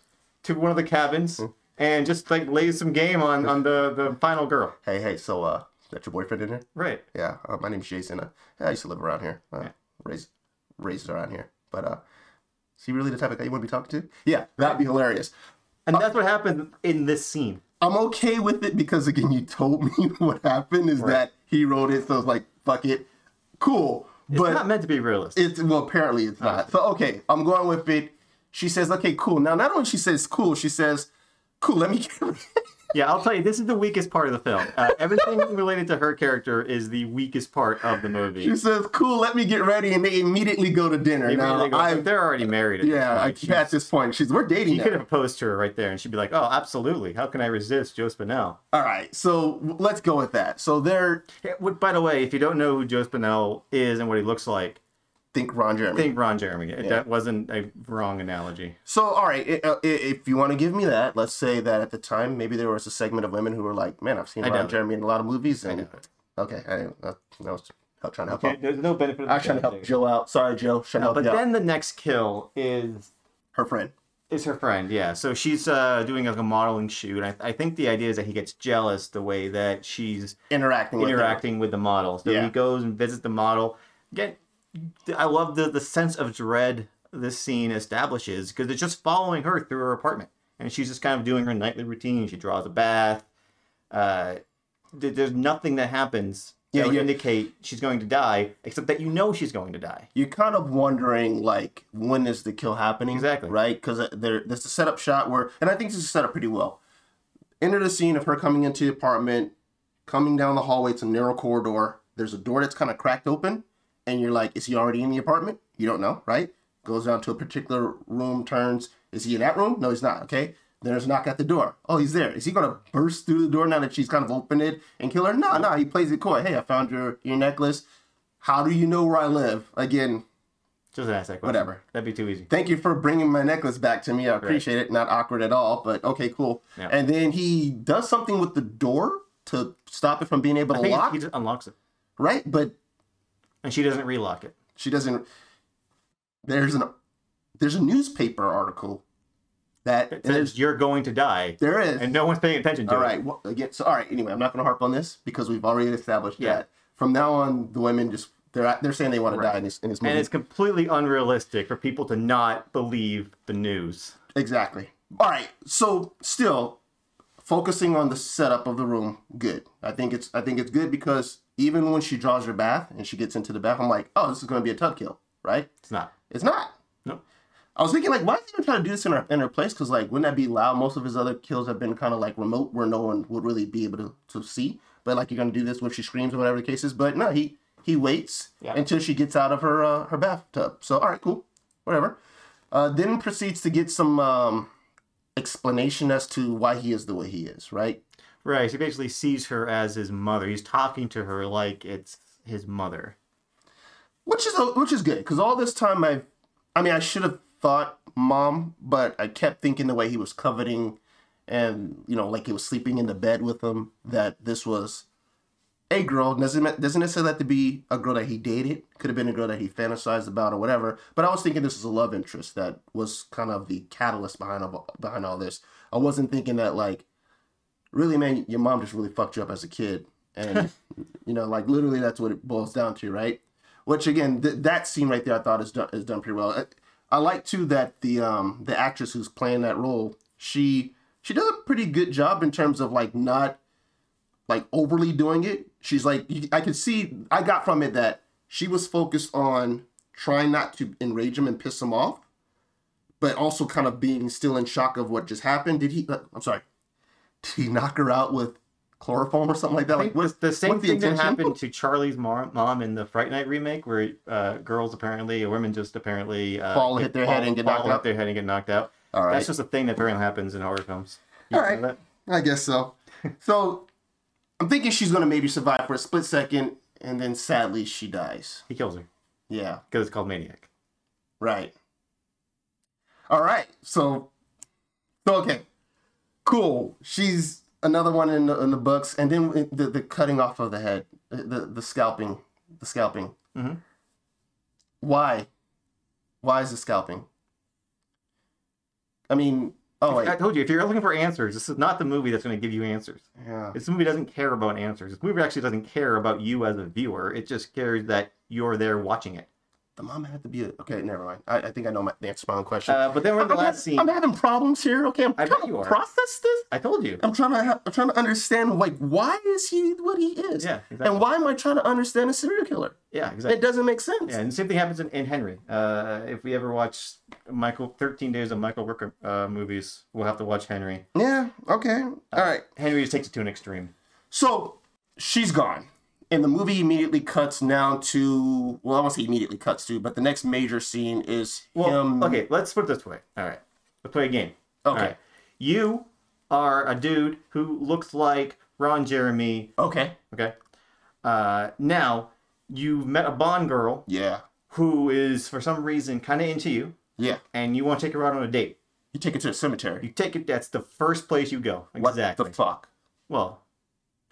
to one of the cabins Hmm. and just like lays some game on on the the final girl. hey, hey, so uh, is that your boyfriend in there? Right. Yeah, uh, my name's Jason. Uh, I used to live around here, uh, raised raised around here. But uh, is he really the type of guy you want to be talking to? Yeah, that'd be hilarious. And that's what happened in this scene. I'm okay with it because again, you told me (laughs) what happened is that he wrote it, so it's like fuck it, cool. It's but not meant to be realistic. it's well, apparently it's not. So okay, I'm going with it. She says, okay, cool. Now, not only she says cool, she says, cool. Let me get (laughs) Yeah, I'll tell you, this is the weakest part of the film. Uh, everything (laughs) related to her character is the weakest part of the movie. She says, "Cool, let me get ready," and they immediately go to dinner. They now, really go- I they're already married. at this yeah, point. I, at this point, she's we're dating. You now. could have opposed to her right there, and she'd be like, "Oh, absolutely! How can I resist Joe Spinell?" All right, so w- let's go with that. So they're Yeah, Which, by the way, if you don't know who Joe Spinell is and what he looks like, think Ron Jeremy. think Ron Jeremy. That wasn't a wrong analogy. So, all right, i- uh, i- if you want to give me that, let's say that at the time, maybe there was a segment of women who were like, "Man, I've seen I Ron doubt it. Jeremy in a lot of movies." And doubt okay, I, I, I was help- trying to help. out. There's no benefit. Of I was trying to help Joe out. Sorry, Joe. Trying to help But you out. then the next kill is her friend. is her friend. Yeah, so she's uh, doing like a modeling shoot. I, I think the idea is that he gets jealous the way that she's interacting with interacting. interacting with the model. So Yeah. he goes and visits the model. Again, I love the the sense of dread this scene establishes because it's just following her through her apartment, and she's just kind of doing her nightly routine. She draws a bath. Uh, th- there's nothing that happens Yeah, that would you- indicate she's going to die, except that you know she's going to die. You're kind of wondering like when is the kill happening? Exactly. Right? Because there there's a setup shot where, and I think this is set up pretty well. Enter the scene of her coming into the apartment, coming down the hallway. It's a narrow corridor. There's a door that's kind of cracked open, and you're like, is he already in the apartment? You don't know, right? Goes down to a particular room, turns. Is he in that room? No, he's not. Okay. There's a knock at the door. Oh, he's there. Is he gonna burst through the door now that she's kind of opened it and kill her? No, no. He plays it coy. Hey, I found your your necklace. How do you know where I live? Again, Just ask that question. Whatever. That'd be too easy. thank you for bringing my necklace back to me. I appreciate it. Not awkward at all, but okay, cool. Yeah. And then he does something with the door to stop it from being able I to think lock, he just unlocks it, right? But and she doesn't relock it. she doesn't. There's an there's a newspaper article that It and there's says you're going to die, there is. and no one's paying attention to all it. right, well, again, so all right. Anyway, I'm not going to harp on this because we've already established Yeah. that from now on, the women just they're they're saying they want to die in this in this movie. And it's completely unrealistic for people to not believe the news. Exactly. All right. So still focusing on the setup of the room, good. I think it's I think it's good because even when she draws her bath and she gets into the bath, I'm like, oh, this is going to be a tub kill, right? It's not. It's not. No. I was thinking like, why is he even trying to do this in her in her place? Because like, wouldn't that be loud? Most of his other kills have been kind of like remote, where no one would really be able to, to see. But like, you're going to do this when she screams or whatever the case is. But no, he he waits until she gets out of her uh, her bathtub. So all right, cool, whatever. Uh, then proceeds to get some um, explanation as to why he is the way he is. Right? Right. He basically sees her as his mother. He's talking to her like it's his mother. which is which is good because all this time I, I mean I should have thought mom, but I kept thinking the way he was coveting, and you know like he was sleeping in the bed with him that this was a girl doesn't doesn't necessarily have to be a girl that he dated could have been a girl that he fantasized about or whatever. But I was thinking this was a love interest that was kind of the catalyst behind all, behind all this. I wasn't thinking that like, really man, your mom just really fucked you up as a kid, and you know like literally that's what it boils down to, right? Which again, th- that scene right there, I thought is done is done pretty well. I, I like too that the um the actress who's playing that role, she she does a pretty good job in terms of like not like overly doing it. She's like you- I could see I got from it that she was focused on trying not to enrage him and piss him off, but also kind of being still in shock of what just happened. Did he? uh, I'm sorry. Did he knock her out with chloroform or something like that? I think Like what's the, the same what's thing that intention? happened to Charlie's mom, mom in the Fright Night remake, where uh, girls apparently, or women just apparently uh, Fall, hit their head, and get knocked fall, hit out? their head and get knocked out. All right. That's just a thing that apparently happens in horror films. You All know right. that? I guess so. So I'm thinking she's gonna maybe survive for a split second, and then sadly she dies. He kills her Yeah, because it's called Maniac. right. All right. So, so okay, cool. She's another one in the, in the books, and then the, the cutting off of the head, the the scalping, the scalping. Mhm. Why? Why is the scalping? I mean, oh wait, I told you, if you're looking for answers, this is not the movie that's going to give you answers. yeah. This movie doesn't care about answers. This movie actually doesn't care about you as a viewer. It just cares that you're there watching it. The mom had to be a, okay. Never mind. I, I think I know my the answer to my own question. Uh, but then we're in the I'm last ha- scene. I'm having problems here. Okay, I'm I bet trying you to are. process this. I told you. I'm trying to ha- I'm trying to understand like why is he what he is? Yeah, exactly. And why am I trying to understand a serial killer? Yeah, exactly. It doesn't make sense. Yeah, and the same thing happens in, in Henry. Uh, if we ever watch Michael, 13 Days of Michael Rooker uh, movies, we'll have to watch Henry. Yeah, okay. All right. Henry just takes it to an extreme. So she's gone. And the movie immediately cuts now to well, I won't say immediately cuts to, but the next major scene is Well, him. okay, let's put it this way. All right, let's play a game. Um, Okay. All right. You are a dude who looks like Ron Jeremy. Okay. Okay. Uh, now, you met a Bond girl Yeah. who is, for some reason, kind of into you, Yeah. and you want to take her out on a date. You take it to a cemetery. You take it, that's the first place you go. Exactly. What the fuck? Well,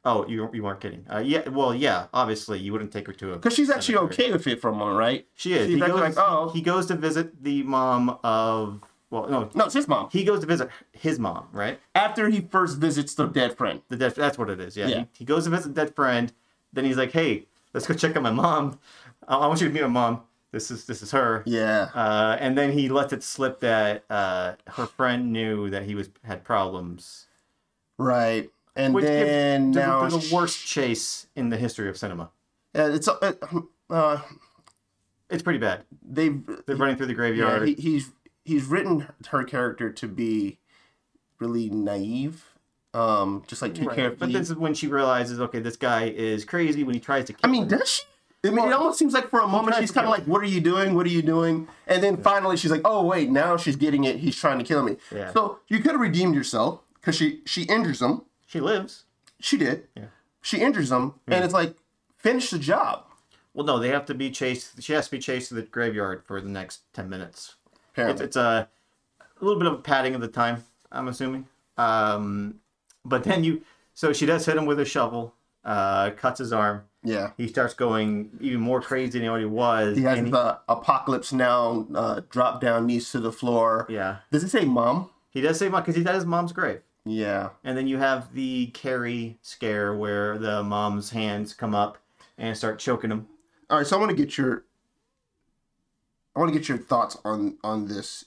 oh, you you weren't kidding. Uh, yeah, well, yeah. Obviously, you wouldn't take her to a. Because she's actually okay with it for a moment, right? She is. She's He goes, actually like, oh he goes to visit the mom of. Well, no, no, it's his mom. he goes to visit his mom, right? After he first visits the dead friend. The dead, that's what it is. Yeah. Yeah. He, he goes to visit that friend. Then he's like, "Hey, let's go check on my mom. I, I want you to meet my mom. This is this is her." Yeah. Uh, and then he lets it slip that uh, her friend knew that he was had problems, Right. And which gives then Deliver now the worst chase in the history of cinema. Yeah, it's uh, uh, It's pretty bad. they've They're running through the graveyard. yeah, he, he's he's written her character to be really naive, um, just like too Right. carefully. But this is when she realizes, okay, this guy is crazy when he tries to kill I mean, does she? I mean, it almost seems like for a moment tries she's to kind of kill like, "What are you doing? What are you doing?" And then finally she's like, "Oh wait, now she's getting it. He's trying to kill me." Yeah. So you could have redeemed yourself because she she injures him. she lives. She did. Yeah. She injures him, and it's like, finish the job. Well, no, they have to be chased. She has to be chased to the graveyard for the next 10 minutes. It's, Apparently, it's a, a little bit of a padding of the time, I'm assuming. Um, but then you, so she does hit him with a shovel, uh, cuts his arm. yeah. He starts going even more crazy than he already was. He has and he- the apocalypse now uh, drop down knees to the floor. yeah. Does it say mom? He does save mom because he's at his mom's grave. Yeah. And then you have the Carrie scare where the mom's hands come up and start choking him. All right. So I want to get your. I want to get your thoughts on on this,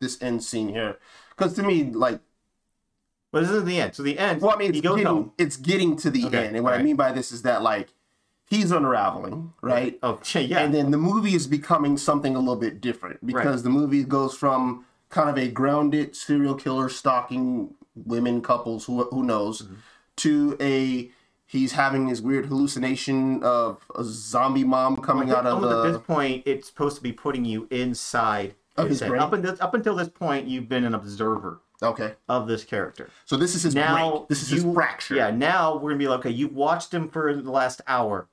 this end scene here, because to me, like, Well, this isn't the end. So the end. well, I mean, he it's goes getting home. it's getting to the Okay, end, and what I alright. mean by this is that like, he's unraveling, right? Oh, (laughs) yeah. And then the movie is becoming something a little bit different because the movie goes from kind of a grounded serial killer stalking women couples who who knows Mm-hmm. to a he's having this weird hallucination of a zombie mom coming out of Almost at the this point, it's supposed to be putting you inside Of his head. brain? Up, in this, up until this point, you've been an observer okay. of this character. So this is his Now break. This is you, his fracture. Yeah. Now we're gonna be like, okay, you've watched him for the last hour.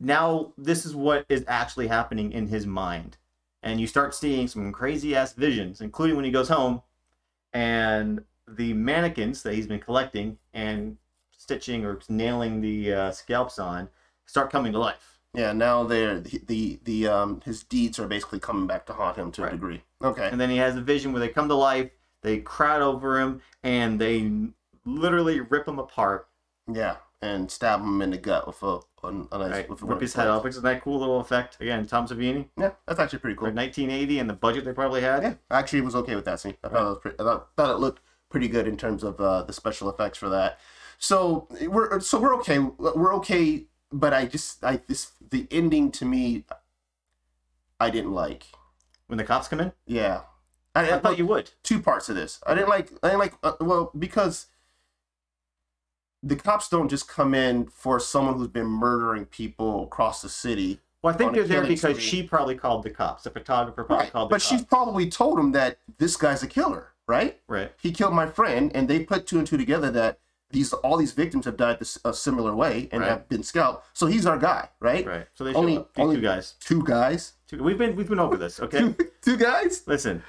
Now this is what is actually happening in his mind, and you start seeing some crazy ass visions, including when he goes home, and the mannequins that he's been collecting and stitching or nailing the uh, scalps on start coming to life. Yeah. Now they're the the, the um his deeds are basically coming back to haunt him to a degree. Okay. and then he has a vision where they come to life, they crowd over him, and they literally rip him apart. yeah. And stab him in the gut with a, a, a nice Right? with one Rip of blades. his head off. Isn't that a cool little effect? Again, Tom Savini Yeah, that's actually pretty cool. for 1980 and the budget they probably had. Yeah, I actually was okay with that scene. I thought it was pretty, I thought, thought it looked pretty good in terms of uh, the special effects for that. So we're so we're okay. We're okay, but I just I this the ending to me, I didn't like. When the cops come in, Yeah, I, I thought you would. two parts of this. I didn't like. I didn't like. Uh, well, because the cops don't just come in for someone who's been murdering people across the city. Well, I think On a they're there killing because spree. she probably called the cops. The photographer probably Right, called the but cops. she's probably told him that this guy's a killer, right? right. he killed my friend, and they put two and two together that these all these victims have died this, a similar way and Right. have been scalped. So he's our guy, right? Right. So they show Only, up. These only two guys. Two guys. (laughs) Two, we've been we've been over this. Okay. two guys. Listen,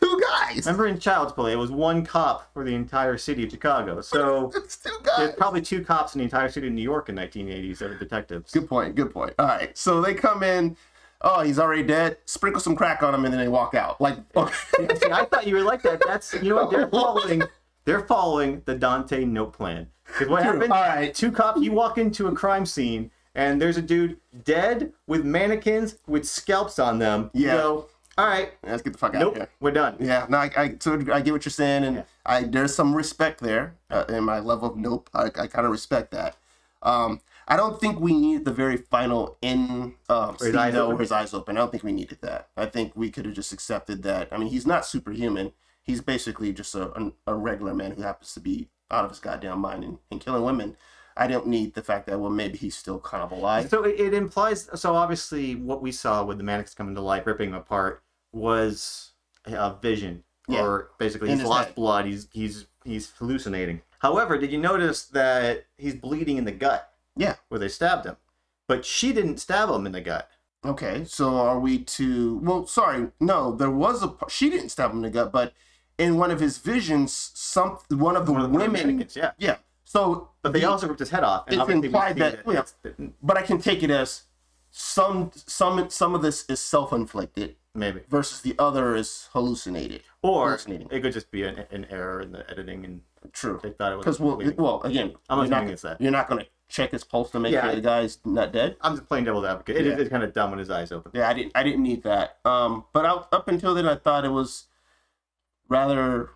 Two guys. remember in Child's Play, it was one cop for the entire city of Chicago. So (laughs) it's two guys. there's probably two cops in the entire city of New York in 1980s that were detectives. Good point. Good point. All right. So they come in. Oh, he's already dead. Sprinkle some crack on him, and then they walk out. Like, (laughs) See, I thought you were like that. That's you know what they're following. They're following the Dante note plan. Because what happened? All right. Two cops. You walk into a crime scene and there's a dude dead with mannequins with scalps on them. You Yeah. go, all right, Let's get the fuck out nope, of here. we're done. Yeah, no, I, I so I get what you're saying, and Yeah. I there's some respect there uh, in my level of nope. I, I kind of respect that. Um, I don't think we need the very final end um, his scene, eyes though, open? where his eyes open. I don't think we needed that. I think we could have just accepted that. I mean, he's not superhuman. He's basically just a, an- a regular man who happens to be out of his goddamn mind and, and killing women. I don't need the fact that well maybe he's still kind of alive. So it, it implies. So obviously, what we saw with the Mannix coming to life, ripping him apart, was a vision, Yeah. or basically In he's his lost head. blood. He's he's he's hallucinating. However, did you notice that he's bleeding in the gut Yeah. where they stabbed him? But she didn't stab him in the gut. Okay, so are we to? Well, sorry, no. There was a. par- She didn't stab him in the gut, but in one of his visions, some one of the One of the women. mannequins, yeah. yeah. So, But they also ripped his head off. it's obviously we implied see that. yeah, it's- but I can take it as some some some of this is self inflicted maybe. versus the other is hallucinated. Or hallucinating. it could just be an, an error in the editing and True. they thought it was Because well, bleeding. well, again, I'm you're not assuming gonna- it's that. You're not going to check his pulse to make Yeah, sure I- the guy's not dead. I'm just playing devil's advocate. It is Yeah. it's kind of dumb when his eyes open. yeah, I didn't I didn't need that. Um, but out, up until then, I thought it was rather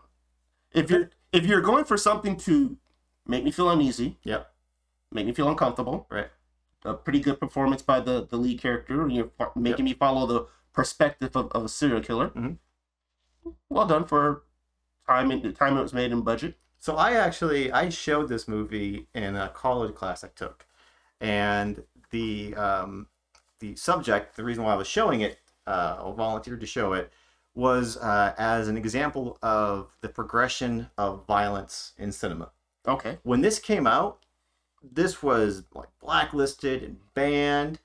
if you're if you're going for something to make me feel uneasy, Yep. make me feel uncomfortable. Right. A pretty good performance by the the lead character. You're fo- making me follow the perspective of, of a serial killer. Mhm. Well done for time and the time it was made and budget. So I actually I showed this movie in a college class I took, and the um, the subject, the reason why I was showing it, uh, or volunteered to show it, was uh, as an example of the progression of violence in cinema. Okay. When this came out, this was like blacklisted and banned.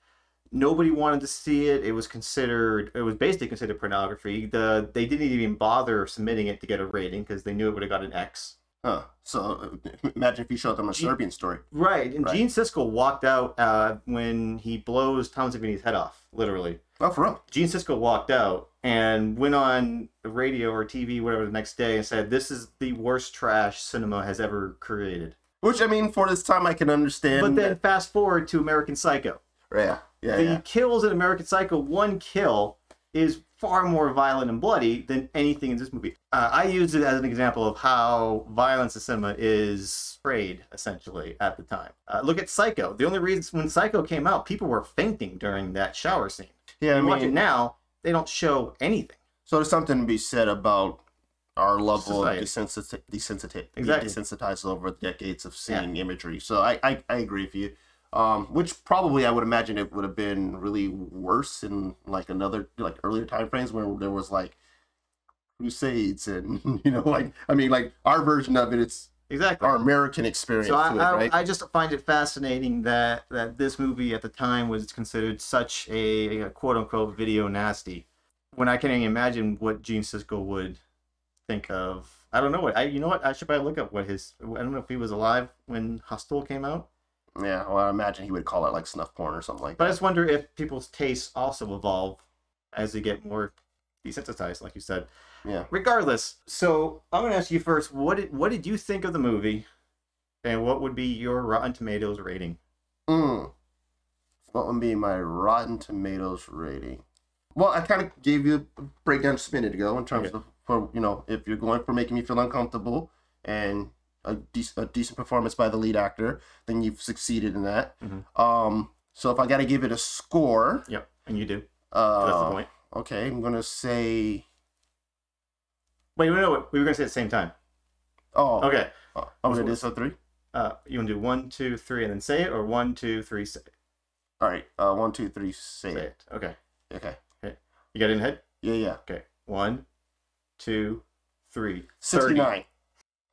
Nobody wanted to see it. It was considered. It was basically considered pornography. The they didn't even bother submitting it to get a rating because they knew it would have got an X. Huh. So uh, imagine if you showed them a Serbian story. Right, and Right. Gene Siskel walked out uh, when he blows Tom Savini's head off, literally. Oh, for real? Gene Siskel walked out and went on the radio or TV, whatever, the next day and said, "This is the worst trash cinema has ever created." Which I mean, for this time, I can understand. but then fast forward to American Psycho. yeah, yeah, the yeah. kills in American Psycho, one kill is far more violent and bloody than anything in this movie. Uh, I used it as an example of how violence in cinema is sprayed essentially at the time. Uh, look at Psycho. The only reason when Psycho came out, people were fainting during that shower scene. Yeah, I you watch mean- it now, they don't show anything. So there's something to be said about our level Society. of desensiti- desensiti- Exactly. desensitized over decades of seeing imagery. So I, I, I agree with you. Um, which probably I would imagine it would have been really worse in like another like earlier time frames where there was like crusades and (laughs) you know like I mean like our version of it it's Exactly. our American experience so I, to it, I, right? I just find it fascinating that, that this movie at the time was considered such a, a quote unquote video nasty. When I can't even imagine what Gene Siskel would think of. I don't know what I. You know what? I should probably look up what his. I don't know if he was alive when Hostel came out, yeah, well I imagine he would call it like snuff porn or something like but I that. just wonder if people's tastes also evolve as they get more desensitized, like you said. Yeah. Regardless, so I'm gonna ask you first. What did what did you think of the movie, and what would be your Rotten Tomatoes rating? Mm. What would be my Rotten Tomatoes rating? Well, I kind of gave you a breakdown just a minute ago in terms Okay. of for you know if you're going for making me feel uncomfortable and a, dec- a decent performance by the lead actor, then you've succeeded in that. Mm-hmm. Um, so if I got to give it a score, Yep, and you do. uh, That's the point. okay, I'm gonna say Wait, no, no, we were gonna say it at the same time. oh Okay, uh, I'm gonna do this on three. uh, you wanna do one, two, three, and then say it, or one, two, three, say, All right, uh, one, two, three, say, say it. it. Okay, Okay, you got it in head. yeah, yeah, Okay, one, two, three. sixty-nine.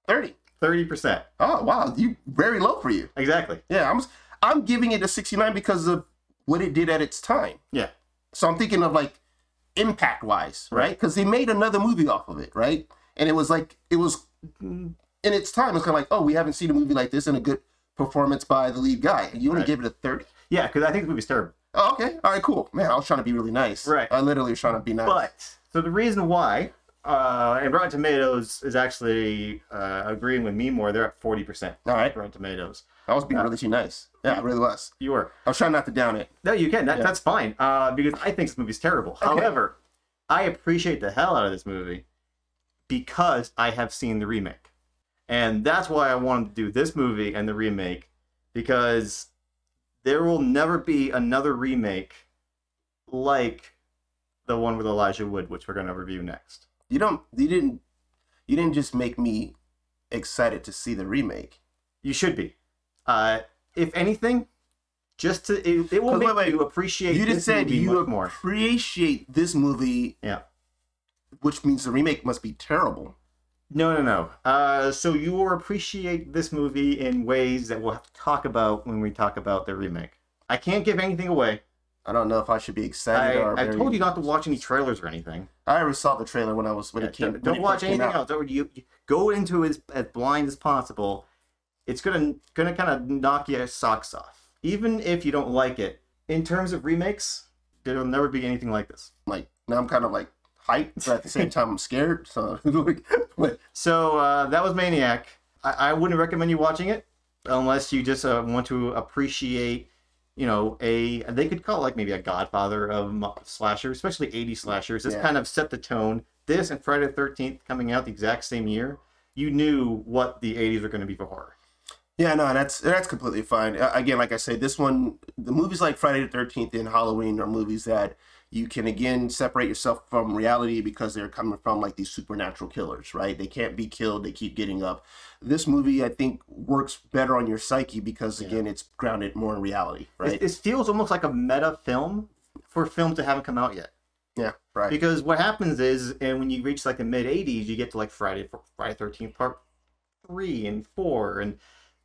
30. Thirty percent. Oh wow, you very low for you. Exactly. Yeah, I'm I'm giving it a 69 because of what it did at its time. Yeah. So I'm thinking of like impact wise, right? Because they made another movie off of it, right? And it was like it was in its time. It's kind of like, oh, we haven't seen a movie like this and a good performance by the lead guy. And you only Right. give it a 30. Yeah, because I think the movie's terrible. Oh, okay. All right, cool. Man, I was trying to be really nice. Right. I literally was trying to be nice. But so the reason why Uh, and Rotten Tomatoes is actually uh, agreeing with me more. They're at forty percent. All right. Rotten Tomatoes. I was being really too nice. Yeah, I really was. You were. I was trying not to down it. No, you can. That, That's fine. Uh, because I think this movie's terrible. However, I appreciate the hell out of this movie because I have seen the remake, and that's why I wanted to do this movie and the remake because there will never be another remake like the one with Elijah Wood, which we're going to review next. You don't. You didn't. You didn't just make me excited to see the remake. You should be. Uh, if anything, just to it, it will 'Cause make wait, wait. you appreciate You just this said movie you much more. appreciate this movie, Yeah. which means the remake must be terrible. No, no, no. Uh, so you will appreciate this movie in ways that we'll have to talk about when we talk about the remake. I can't give anything away. I don't know if I should be excited I, or. I very- told you not to (laughs) watch any trailers or anything. I already saw the trailer when I was when it came. Don't, when don't it watch came anything out. else. Don't- You, you go into it as, as blind as possible. It's gonna gonna kind of knock your socks off, even if you don't like it. In terms of remakes, there'll never be anything like this. Like now, I'm kind of like hyped, but at the (laughs) same time, I'm scared. So, (laughs) like, but So uh, that was Maniac. I, I wouldn't recommend you watching it unless you just uh, want to appreciate, you know, a they could call it like maybe a Godfather of mo- slashers, especially 80 slashers. This Yeah. kind of set the tone. This and Friday the 13th coming out the exact same year, you knew what the 80s were going to be for horror. Yeah, no, that's that's completely fine. Uh, Again, like I say, this one, the movies like Friday the Thirteenth and Halloween are movies that you can again separate yourself from reality because they're coming from like these supernatural killers, right? They can't be killed; they keep getting up. This movie, I think, works better on your psyche because again, it's grounded more in reality, right? It, it feels almost like a meta film for films that haven't come out yet. yeah, right. Because what happens is, and when you reach like the mid '80s, you get to like Friday, Friday Thirteenth Part Three and Four, and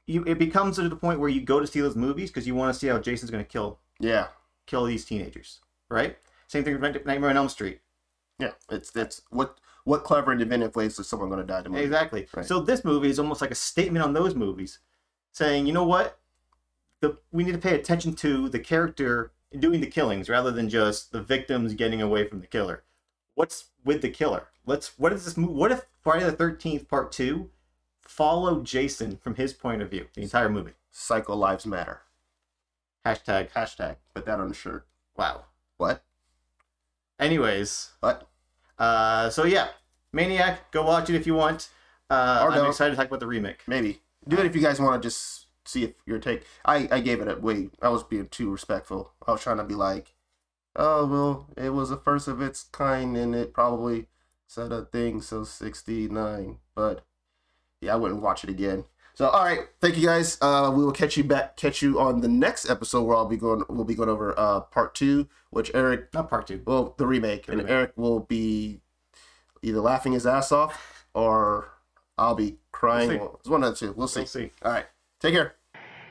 you it becomes to the point where you go to see those movies because you want to see how Jason's going to kill yeah, kill these teenagers, right? Same thing with Nightmare on Elm Street. yeah. It's that's what what clever and inventive ways is someone going to die tomorrow? Exactly. Right. So this movie is almost like a statement on those movies, saying, you know what, the we need to pay attention to the character doing the killings rather than just the victims getting away from the killer. What's with the killer? Let's. What is this movie? What if Friday the Thirteenth Part Two followed Jason from his point of view the entire movie? Psycho lives matter. Hashtag. Hashtag. Put that on a shirt. Wow. What? Anyways, What? uh, so yeah, Maniac, go watch it if you want. Uh, Or I'm don't. excited to talk about the remake. Maybe do it if you guys want to just see if your take. I I gave it a wait. I was being too respectful. I was trying to be like, oh well, it was the first of its kind, and it probably said a thing. So sixty nine, but yeah, I wouldn't watch it again. So all right, thank you guys. Uh, we will catch you back. Catch you on the next episode where I'll be going. We'll be going over uh part two, which Eric Not Part Two. well, the remake, and remake. Eric will be either laughing his ass off or I'll be crying. We'll see. it's one of the two. We'll see. We'll see. All right. Take care.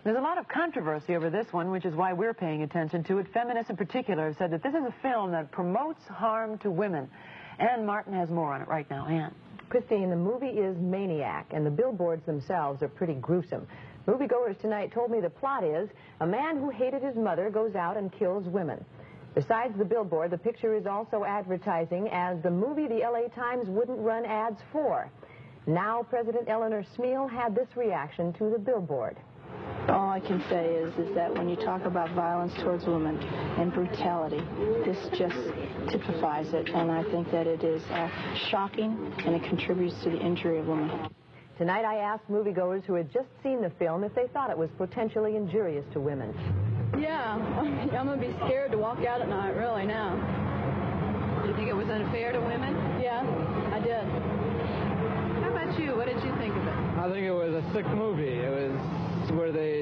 There's a lot of controversy over this one, which is why we're paying attention to it. Feminists in particular have said that this is a film that promotes harm to women. Ann Martin has more on it right now. Ann. Christine, the movie is Maniac, and the billboards themselves are pretty gruesome. Moviegoers tonight told me the plot is a man who hated his mother goes out and kills women. Besides the billboard, the picture is also advertising as the movie the LA Times wouldn't run ads for. Now, President Eleanor Smeal had this reaction to the billboard. All I can say is, is that when you talk about violence towards women and brutality, this just typifies it, and I think that it is uh, shocking and it contributes to the injury of women. Tonight, I asked moviegoers who had just seen the film if they thought it was potentially injurious to women. Yeah, I'm gonna be scared to walk out at night, really now. Do you think it was unfair to women? Yeah, I did. How about you? What did you think of it? I think it was a sick movie. It was where they,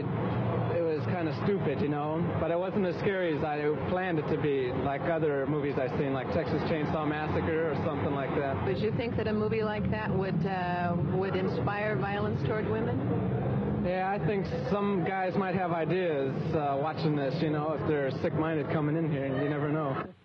it was kind of stupid, you know. But it wasn't as scary as I planned it to be, like other movies I've seen, like Texas Chainsaw Massacre or something like that. Would you think that a movie like that would uh, would inspire violence toward women? Yeah, I think some guys might have ideas uh, watching this, you know, if they're sick-minded coming in here, and you never know.